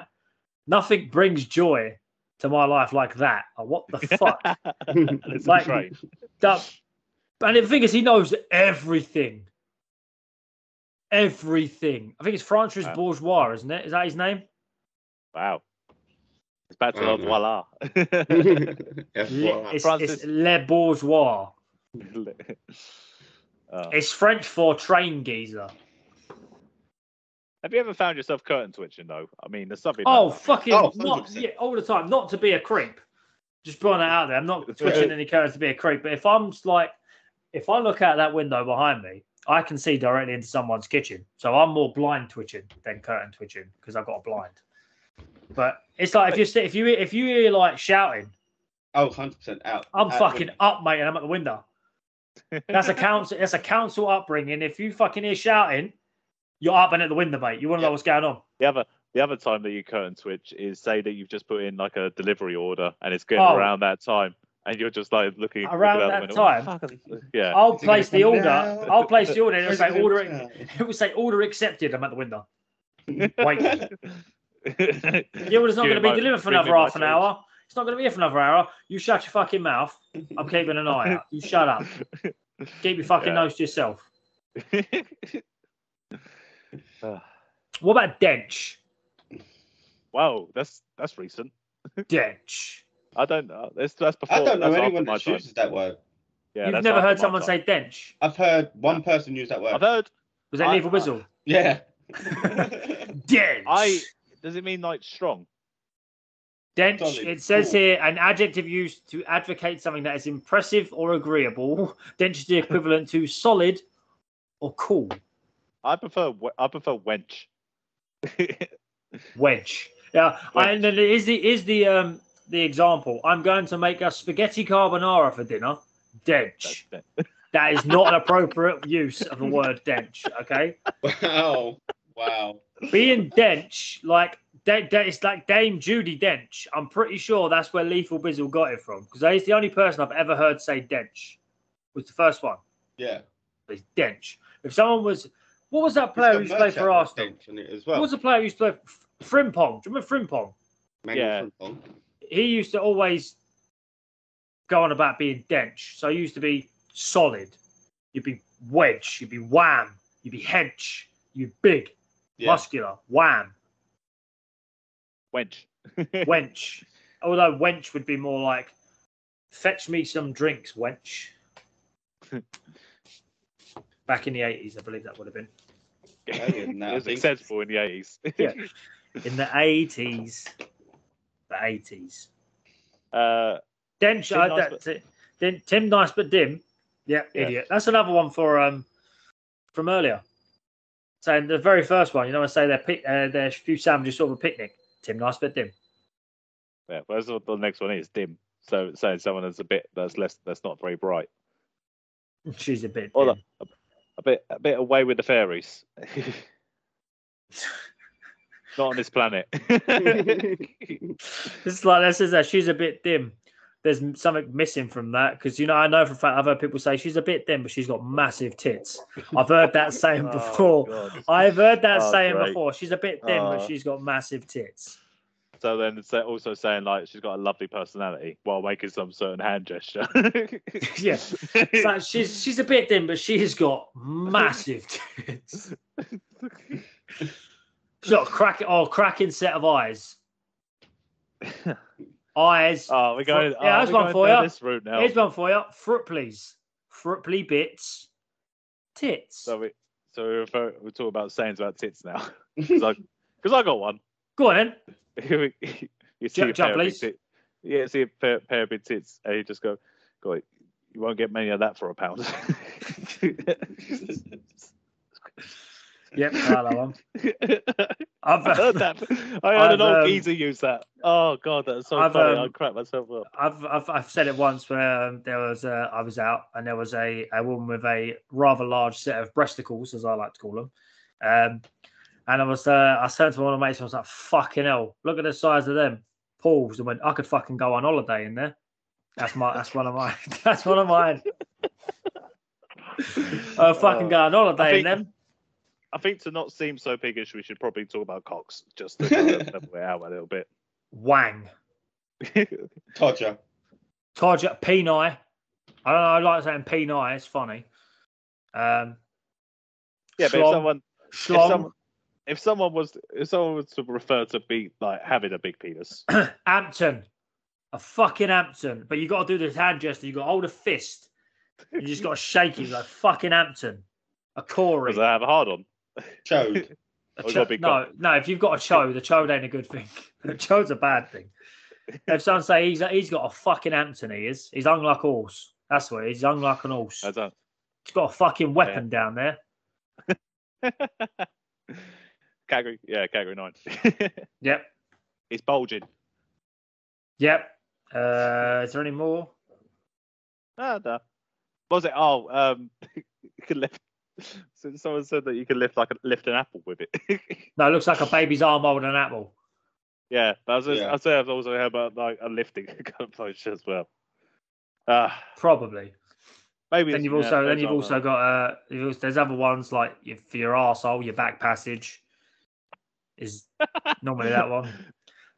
[SPEAKER 3] nothing brings joy to my life like that. Like, what the fuck?
[SPEAKER 1] And it's a
[SPEAKER 3] um, Like-
[SPEAKER 1] train.
[SPEAKER 3] That, and the thing is, he knows everything. Everything. I think it's Francis
[SPEAKER 1] Wow.
[SPEAKER 3] Bourgeois, isn't it? Is that his name?
[SPEAKER 1] Wow. It's back to
[SPEAKER 2] Oh,
[SPEAKER 1] the
[SPEAKER 2] no.
[SPEAKER 1] voila.
[SPEAKER 2] FYI.
[SPEAKER 3] Le- it's,
[SPEAKER 1] Francis-
[SPEAKER 3] it's Le Bourgeois.
[SPEAKER 1] Uh,
[SPEAKER 3] It's French for train geezer.
[SPEAKER 1] have you ever found yourself curtain twitching though? I mean, there's something.
[SPEAKER 3] Oh,
[SPEAKER 1] like
[SPEAKER 3] fucking
[SPEAKER 2] Oh,
[SPEAKER 3] not
[SPEAKER 2] 100%.
[SPEAKER 3] yeah, all the time. Not to be a creep. Just throwing that out there. I'm not twitching any curves to be a creep. But if I'm just like, if I look out that window behind me, I can see directly into someone's kitchen. So I'm more blind twitching than curtain twitching because I've got a blind. But it's like if you sit, if you hear- if you hear like shouting,
[SPEAKER 2] Oh, 100% out.
[SPEAKER 3] I'm
[SPEAKER 2] Out
[SPEAKER 3] fucking
[SPEAKER 2] with-
[SPEAKER 3] up, mate, and I'm at the window.
[SPEAKER 1] that.
[SPEAKER 3] That's a council. That's a council upbringing. If you fucking hear shouting, you're up and at the window, mate. You want to know
[SPEAKER 2] Yeah.
[SPEAKER 3] what's going on?
[SPEAKER 1] the other. The other time that you curtain twitch is say that you've just put in like a delivery order and it's getting
[SPEAKER 3] Oh.
[SPEAKER 1] around that time and you're just like looking looking out
[SPEAKER 3] Around
[SPEAKER 1] the
[SPEAKER 3] that
[SPEAKER 1] window,
[SPEAKER 3] time?
[SPEAKER 1] "What the fuck is-" Yeah.
[SPEAKER 3] I'll
[SPEAKER 2] Is it gonna
[SPEAKER 3] place the
[SPEAKER 2] come
[SPEAKER 3] order.
[SPEAKER 2] now?
[SPEAKER 3] I'll place the order. and
[SPEAKER 2] Where's
[SPEAKER 3] It'll say
[SPEAKER 2] the
[SPEAKER 3] order.
[SPEAKER 2] hotel?
[SPEAKER 3] It will say order accepted. I'm at the window. Wait. Yeah,
[SPEAKER 1] yeah,
[SPEAKER 3] well, it's not going to be delivered for another half an hour. It's not going to be here for another hour. You shut your fucking mouth. I'm keeping an eye out. You shut up. Keep your fucking
[SPEAKER 1] Yeah.
[SPEAKER 3] nose to yourself. What about Dench?
[SPEAKER 1] wow, that's that's recent.
[SPEAKER 3] Dench.
[SPEAKER 1] I don't know. That's that's before.
[SPEAKER 2] I don't know
[SPEAKER 1] that's after
[SPEAKER 2] anyone
[SPEAKER 1] my
[SPEAKER 2] that
[SPEAKER 1] time.
[SPEAKER 2] uses that word.
[SPEAKER 1] Yeah,
[SPEAKER 3] You've
[SPEAKER 1] that's
[SPEAKER 3] never
[SPEAKER 1] after
[SPEAKER 3] heard
[SPEAKER 1] my
[SPEAKER 3] someone
[SPEAKER 1] time.
[SPEAKER 3] say Dench.
[SPEAKER 2] I've heard one person use that word.
[SPEAKER 1] I've heard.
[SPEAKER 3] Was that
[SPEAKER 1] I-
[SPEAKER 3] Lethal Whistle?
[SPEAKER 2] Yeah.
[SPEAKER 3] Dench.
[SPEAKER 1] I does it mean like strong?
[SPEAKER 3] Dench,
[SPEAKER 2] Solid.
[SPEAKER 3] it says
[SPEAKER 2] Cool.
[SPEAKER 3] here, an adjective used to advocate something that is impressive or agreeable. Dench is the equivalent to solid or cool.
[SPEAKER 1] I prefer we- I prefer wench.
[SPEAKER 3] Wedge. Yeah, I- and then it is the is the um the example. I'm going to make a spaghetti carbonara for dinner. Dench.
[SPEAKER 1] That's-
[SPEAKER 3] That is not an appropriate use of the word dench. Okay,
[SPEAKER 2] wow. Wow.
[SPEAKER 3] being dench like de- de- it's like Dame Judy Dench. I'm pretty sure that's where Lethal Bizzle got it from because he's the only person I've ever heard say dench. Was the first one.
[SPEAKER 2] Yeah.
[SPEAKER 3] It's dench. If someone was, what was that player who
[SPEAKER 2] It's
[SPEAKER 3] used
[SPEAKER 2] got
[SPEAKER 3] to play for
[SPEAKER 2] Merchant
[SPEAKER 3] Arsenal?
[SPEAKER 2] extension in it as
[SPEAKER 3] What
[SPEAKER 2] well.
[SPEAKER 3] was the player who used to play? Frimpong. Do you remember Frimpong?
[SPEAKER 2] Mango
[SPEAKER 1] Yeah.
[SPEAKER 2] fruit
[SPEAKER 3] he used to always go on about being dench. So he used to be solid. You'd be wedge. You'd be wham. You'd be hench. You'd big,
[SPEAKER 2] Yeah.
[SPEAKER 3] muscular, wham,
[SPEAKER 1] wench.
[SPEAKER 3] wench. Although wench would be more like, fetch me some drinks, wench. Back in the eighties, I believe that would have been
[SPEAKER 2] Earlier than that,
[SPEAKER 1] it
[SPEAKER 2] I
[SPEAKER 1] was
[SPEAKER 2] think.
[SPEAKER 1] successful in the eighties.
[SPEAKER 3] Yeah. in the eighties. The eighties.
[SPEAKER 1] uh,
[SPEAKER 3] Dench,
[SPEAKER 1] Tim
[SPEAKER 3] uh,
[SPEAKER 1] Nice
[SPEAKER 3] that, Ti- Tim, Tim nice but dim. Yeah,
[SPEAKER 1] Yeah.
[SPEAKER 3] idiot. That's another one for um from earlier. Saying the very first one, you know, I say their pic, uh, their few sandwiches sort of a picnic. Tim nice but dim.
[SPEAKER 1] Yeah, whereas the the next one is dim. So so someone that's a bit that's less that's not very bright.
[SPEAKER 3] She's a bit.
[SPEAKER 1] Hold
[SPEAKER 3] dim.
[SPEAKER 1] on. A bit a bit away with the fairies. not on this planet.
[SPEAKER 3] This is like this is that she's a bit dim. There's m- something missing from that because you know I know for a fact I've heard people say she's a bit dim, but she's got massive tits. I've heard that saying
[SPEAKER 1] Oh,
[SPEAKER 3] before.
[SPEAKER 1] God.
[SPEAKER 3] I've heard that
[SPEAKER 1] Oh,
[SPEAKER 3] saying
[SPEAKER 1] great.
[SPEAKER 3] before. She's a bit thin,
[SPEAKER 1] Oh.
[SPEAKER 3] but she's got massive tits.
[SPEAKER 1] So then it's also saying like she's got a lovely personality while making some certain hand gesture.
[SPEAKER 3] yeah, It's like she's she's a bit thin, but she's got massive tits. She's got a crack oh cracking set of eyes. Eyes.
[SPEAKER 1] oh, we're going.
[SPEAKER 3] Yeah,
[SPEAKER 1] oh,
[SPEAKER 3] that's
[SPEAKER 1] we're going
[SPEAKER 3] one for
[SPEAKER 1] down
[SPEAKER 3] ya.
[SPEAKER 1] This route now.
[SPEAKER 3] Here's one for you. Frupley's. Frupley bits. Tits.
[SPEAKER 1] So we so we refer, we talk about sayings about tits now because I, 'cause I got one.
[SPEAKER 3] Go on. Then.
[SPEAKER 1] you see a
[SPEAKER 3] Jump- jump,
[SPEAKER 1] pair of big
[SPEAKER 3] please.
[SPEAKER 1] tits. Yeah, see a pair, pair of big tits, and you just go, "God, you won't get many of that for a pound."
[SPEAKER 3] Yep, I know one.
[SPEAKER 1] I heard
[SPEAKER 3] I've,
[SPEAKER 1] that. I heard an old
[SPEAKER 3] I've, um,
[SPEAKER 1] geezer use that. Oh god, that's so
[SPEAKER 3] I've,
[SPEAKER 1] funny. I
[SPEAKER 3] um,
[SPEAKER 1] cracked myself up.
[SPEAKER 3] I've, I've, I've said it once where um, there was a, I was out and there was a, a woman with a rather large set of breasticles, as I like to call them. Um, and I was, uh, I turned to one of my mates and I was like, fucking hell, look at the size of them. Paused and went, I could fucking go on holiday in there. That's my, that's one of my, that's one of mine. I'll fucking
[SPEAKER 1] Uh,
[SPEAKER 3] go on holiday in
[SPEAKER 1] think-
[SPEAKER 3] them.
[SPEAKER 1] I think to not seem so piggish, we should probably talk about cocks just to kind of level it out a little bit.
[SPEAKER 3] Wang.
[SPEAKER 2] Todger.
[SPEAKER 3] Target Penai. I don't know, I like saying Penai, it's funny. Um,
[SPEAKER 1] yeah, but if
[SPEAKER 3] Schlong.
[SPEAKER 1] someone
[SPEAKER 3] Schlong.
[SPEAKER 1] if someone if someone was if someone was to refer to be like having a big penis,
[SPEAKER 3] Hampton. A fucking Hampton. But you got to do this hand gesture. You got to hold a fist. You just got to shake it like fucking Hampton. A Corey.
[SPEAKER 1] because I have a hard on.
[SPEAKER 2] Chode.
[SPEAKER 3] A
[SPEAKER 1] Or you gotta
[SPEAKER 3] cho-
[SPEAKER 1] be
[SPEAKER 3] no, no. If you've got a chode, the chode ain't a good thing. The chode's a bad thing. If some say he's he's got a fucking Hampton, he is. He's hung like a horse. That's what it is. He's hung like an horse.
[SPEAKER 1] I don't.
[SPEAKER 3] He's got a fucking weapon down there.
[SPEAKER 1] category, yeah, category nine.
[SPEAKER 3] Yep,
[SPEAKER 1] it's bulging.
[SPEAKER 3] yep. Uh, is there any more?
[SPEAKER 1] Ah, no. What was it? Oh, um, you can lift. So someone said that you can lift like a, lift an apple with it.
[SPEAKER 3] No, it looks like a baby's arm holding an apple.
[SPEAKER 1] yeah, but I was just,
[SPEAKER 2] Yeah.
[SPEAKER 1] I say I've also heard about like a lifting kind of approach as well. Ah,
[SPEAKER 3] Probably.
[SPEAKER 1] maybe. it's-
[SPEAKER 3] Then you've
[SPEAKER 1] yeah,
[SPEAKER 3] also then
[SPEAKER 1] those
[SPEAKER 3] you've
[SPEAKER 1] are-
[SPEAKER 3] also got uh you've also- there's other ones like your, for your arsehole, your back passage is normally that one.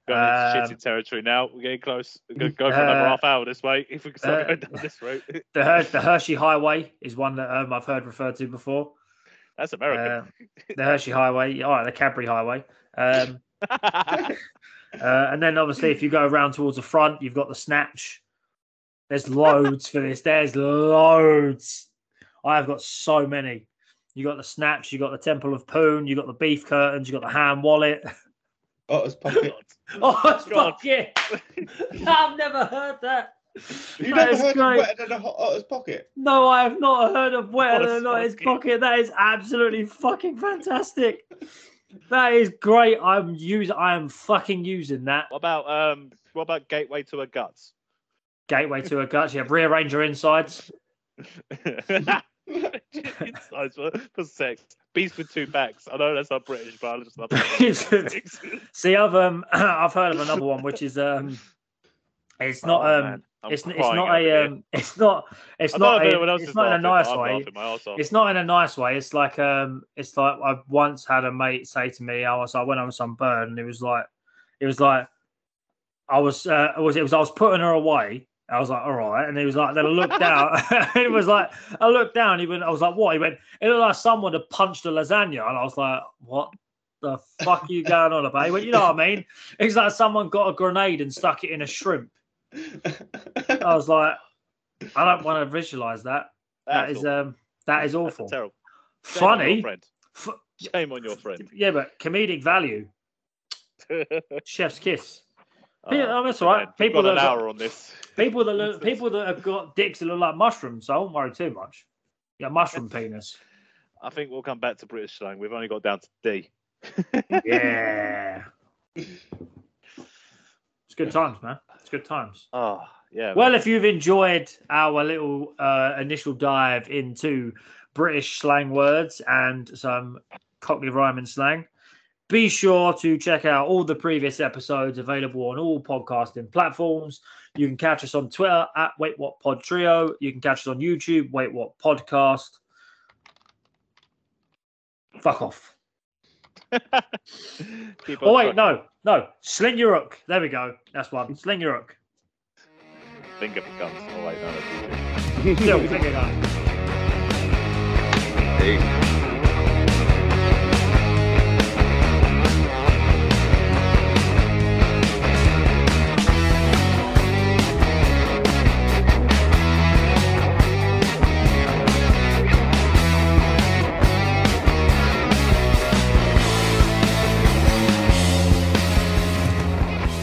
[SPEAKER 1] Going into
[SPEAKER 3] Um,
[SPEAKER 1] shitty territory now. We're getting close. We're going to go for another
[SPEAKER 3] uh,
[SPEAKER 1] half hour this way if we can start
[SPEAKER 3] uh,
[SPEAKER 1] going down this route.
[SPEAKER 3] The Her- the Hershey Highway is one that um, I've heard referred to before.
[SPEAKER 1] That's American.
[SPEAKER 3] Uh, the Hershey Highway, all right, the Cadbury Highway. Um, uh, and then obviously if you go around towards the front, you've got the snatch. There's loads for this. There's loads. I've got so many. You got the snatch, you got the Temple of Poon, you got the beef curtains, you got the ham wallet.
[SPEAKER 2] Otter's pocket.
[SPEAKER 3] Oh, it's
[SPEAKER 1] God.
[SPEAKER 3] bucket. I've never heard that.
[SPEAKER 2] You
[SPEAKER 3] That
[SPEAKER 2] never
[SPEAKER 3] is
[SPEAKER 2] heard
[SPEAKER 3] great.
[SPEAKER 2] of wetter than a hot otter's pocket?
[SPEAKER 3] No, I have not heard of
[SPEAKER 1] What
[SPEAKER 3] Wetter
[SPEAKER 1] a
[SPEAKER 3] than not his
[SPEAKER 1] fucking-
[SPEAKER 3] pocket. That is absolutely fucking fantastic. That is great. I'm using. I am fucking using that
[SPEAKER 1] What about um? What about gateway to a guts?
[SPEAKER 3] gateway to a gut. Yeah, rearrange your insides.
[SPEAKER 1] Insides for, for sex. Beast with two backs. I know that's not British, but I just love
[SPEAKER 3] Beast with-
[SPEAKER 1] it.
[SPEAKER 3] See, I've um, I've heard of another one, which is um, it's not
[SPEAKER 1] Oh,
[SPEAKER 3] um,
[SPEAKER 1] man, I'm
[SPEAKER 3] it's, it's
[SPEAKER 1] crying
[SPEAKER 3] not
[SPEAKER 1] over
[SPEAKER 3] a
[SPEAKER 1] here.
[SPEAKER 3] um, it's not it's
[SPEAKER 1] I don't know
[SPEAKER 3] not
[SPEAKER 1] if anyone
[SPEAKER 3] a,
[SPEAKER 1] else
[SPEAKER 3] it's
[SPEAKER 1] is
[SPEAKER 3] not in a
[SPEAKER 1] laughing, but
[SPEAKER 3] nice
[SPEAKER 1] I'm
[SPEAKER 3] way.
[SPEAKER 1] laughing my arse off.
[SPEAKER 3] it's not in a nice way. It's like um, it's like I once had a mate say to me, I was I went on some bird, and it was like, it was like, I was uh, it was it was I was putting her away. I was like, all right, and he was like, then I looked down. it was like I looked down. He went, I was like, what? He went, it looked like someone had punched a lasagna, and I was like, what? The fuck are you going on about? He went, you know what I mean? It's like someone got a grenade and stuck it in a shrimp. I was like, I don't want to visualize that. That
[SPEAKER 1] That's
[SPEAKER 3] is
[SPEAKER 1] awful.
[SPEAKER 3] um, that is
[SPEAKER 1] That's
[SPEAKER 3] awful.
[SPEAKER 1] terrible. Shame on your
[SPEAKER 3] Funny.
[SPEAKER 1] friend.
[SPEAKER 3] Fu-
[SPEAKER 1] Shame on your friend.
[SPEAKER 3] yeah, but comedic value, chef's kiss. Yeah,
[SPEAKER 1] Oh,
[SPEAKER 3] oh, that's
[SPEAKER 1] again,
[SPEAKER 3] all right.
[SPEAKER 1] we've
[SPEAKER 3] People
[SPEAKER 1] got an
[SPEAKER 3] that-
[SPEAKER 1] hour on this.
[SPEAKER 3] People that look, people that have got dicks that look like mushrooms, so I won't worry too much. Yeah, mushroom penis.
[SPEAKER 1] I think we'll come back to British slang. We've only got down to D.
[SPEAKER 3] Yeah. Let's good times, man. It's good times.
[SPEAKER 1] Oh, yeah.
[SPEAKER 3] Well, if you've enjoyed our little uh, initial dive into British slang words and some Cockney rhyming slang, be sure to check out all the previous episodes available on all podcasting platforms. You can catch us on Twitter at Wait What Pod Trio. You can catch us on YouTube, Wait What Podcast. Fuck off.
[SPEAKER 1] Keep
[SPEAKER 3] Oh,
[SPEAKER 1] on
[SPEAKER 3] wait,
[SPEAKER 1] trucking.
[SPEAKER 3] no, no. Sling your hook. There we go. That's one. Sling your hook.
[SPEAKER 1] Finger for guns. Oh, wait, no, that's
[SPEAKER 3] Still, flick it up.
[SPEAKER 2] Hey.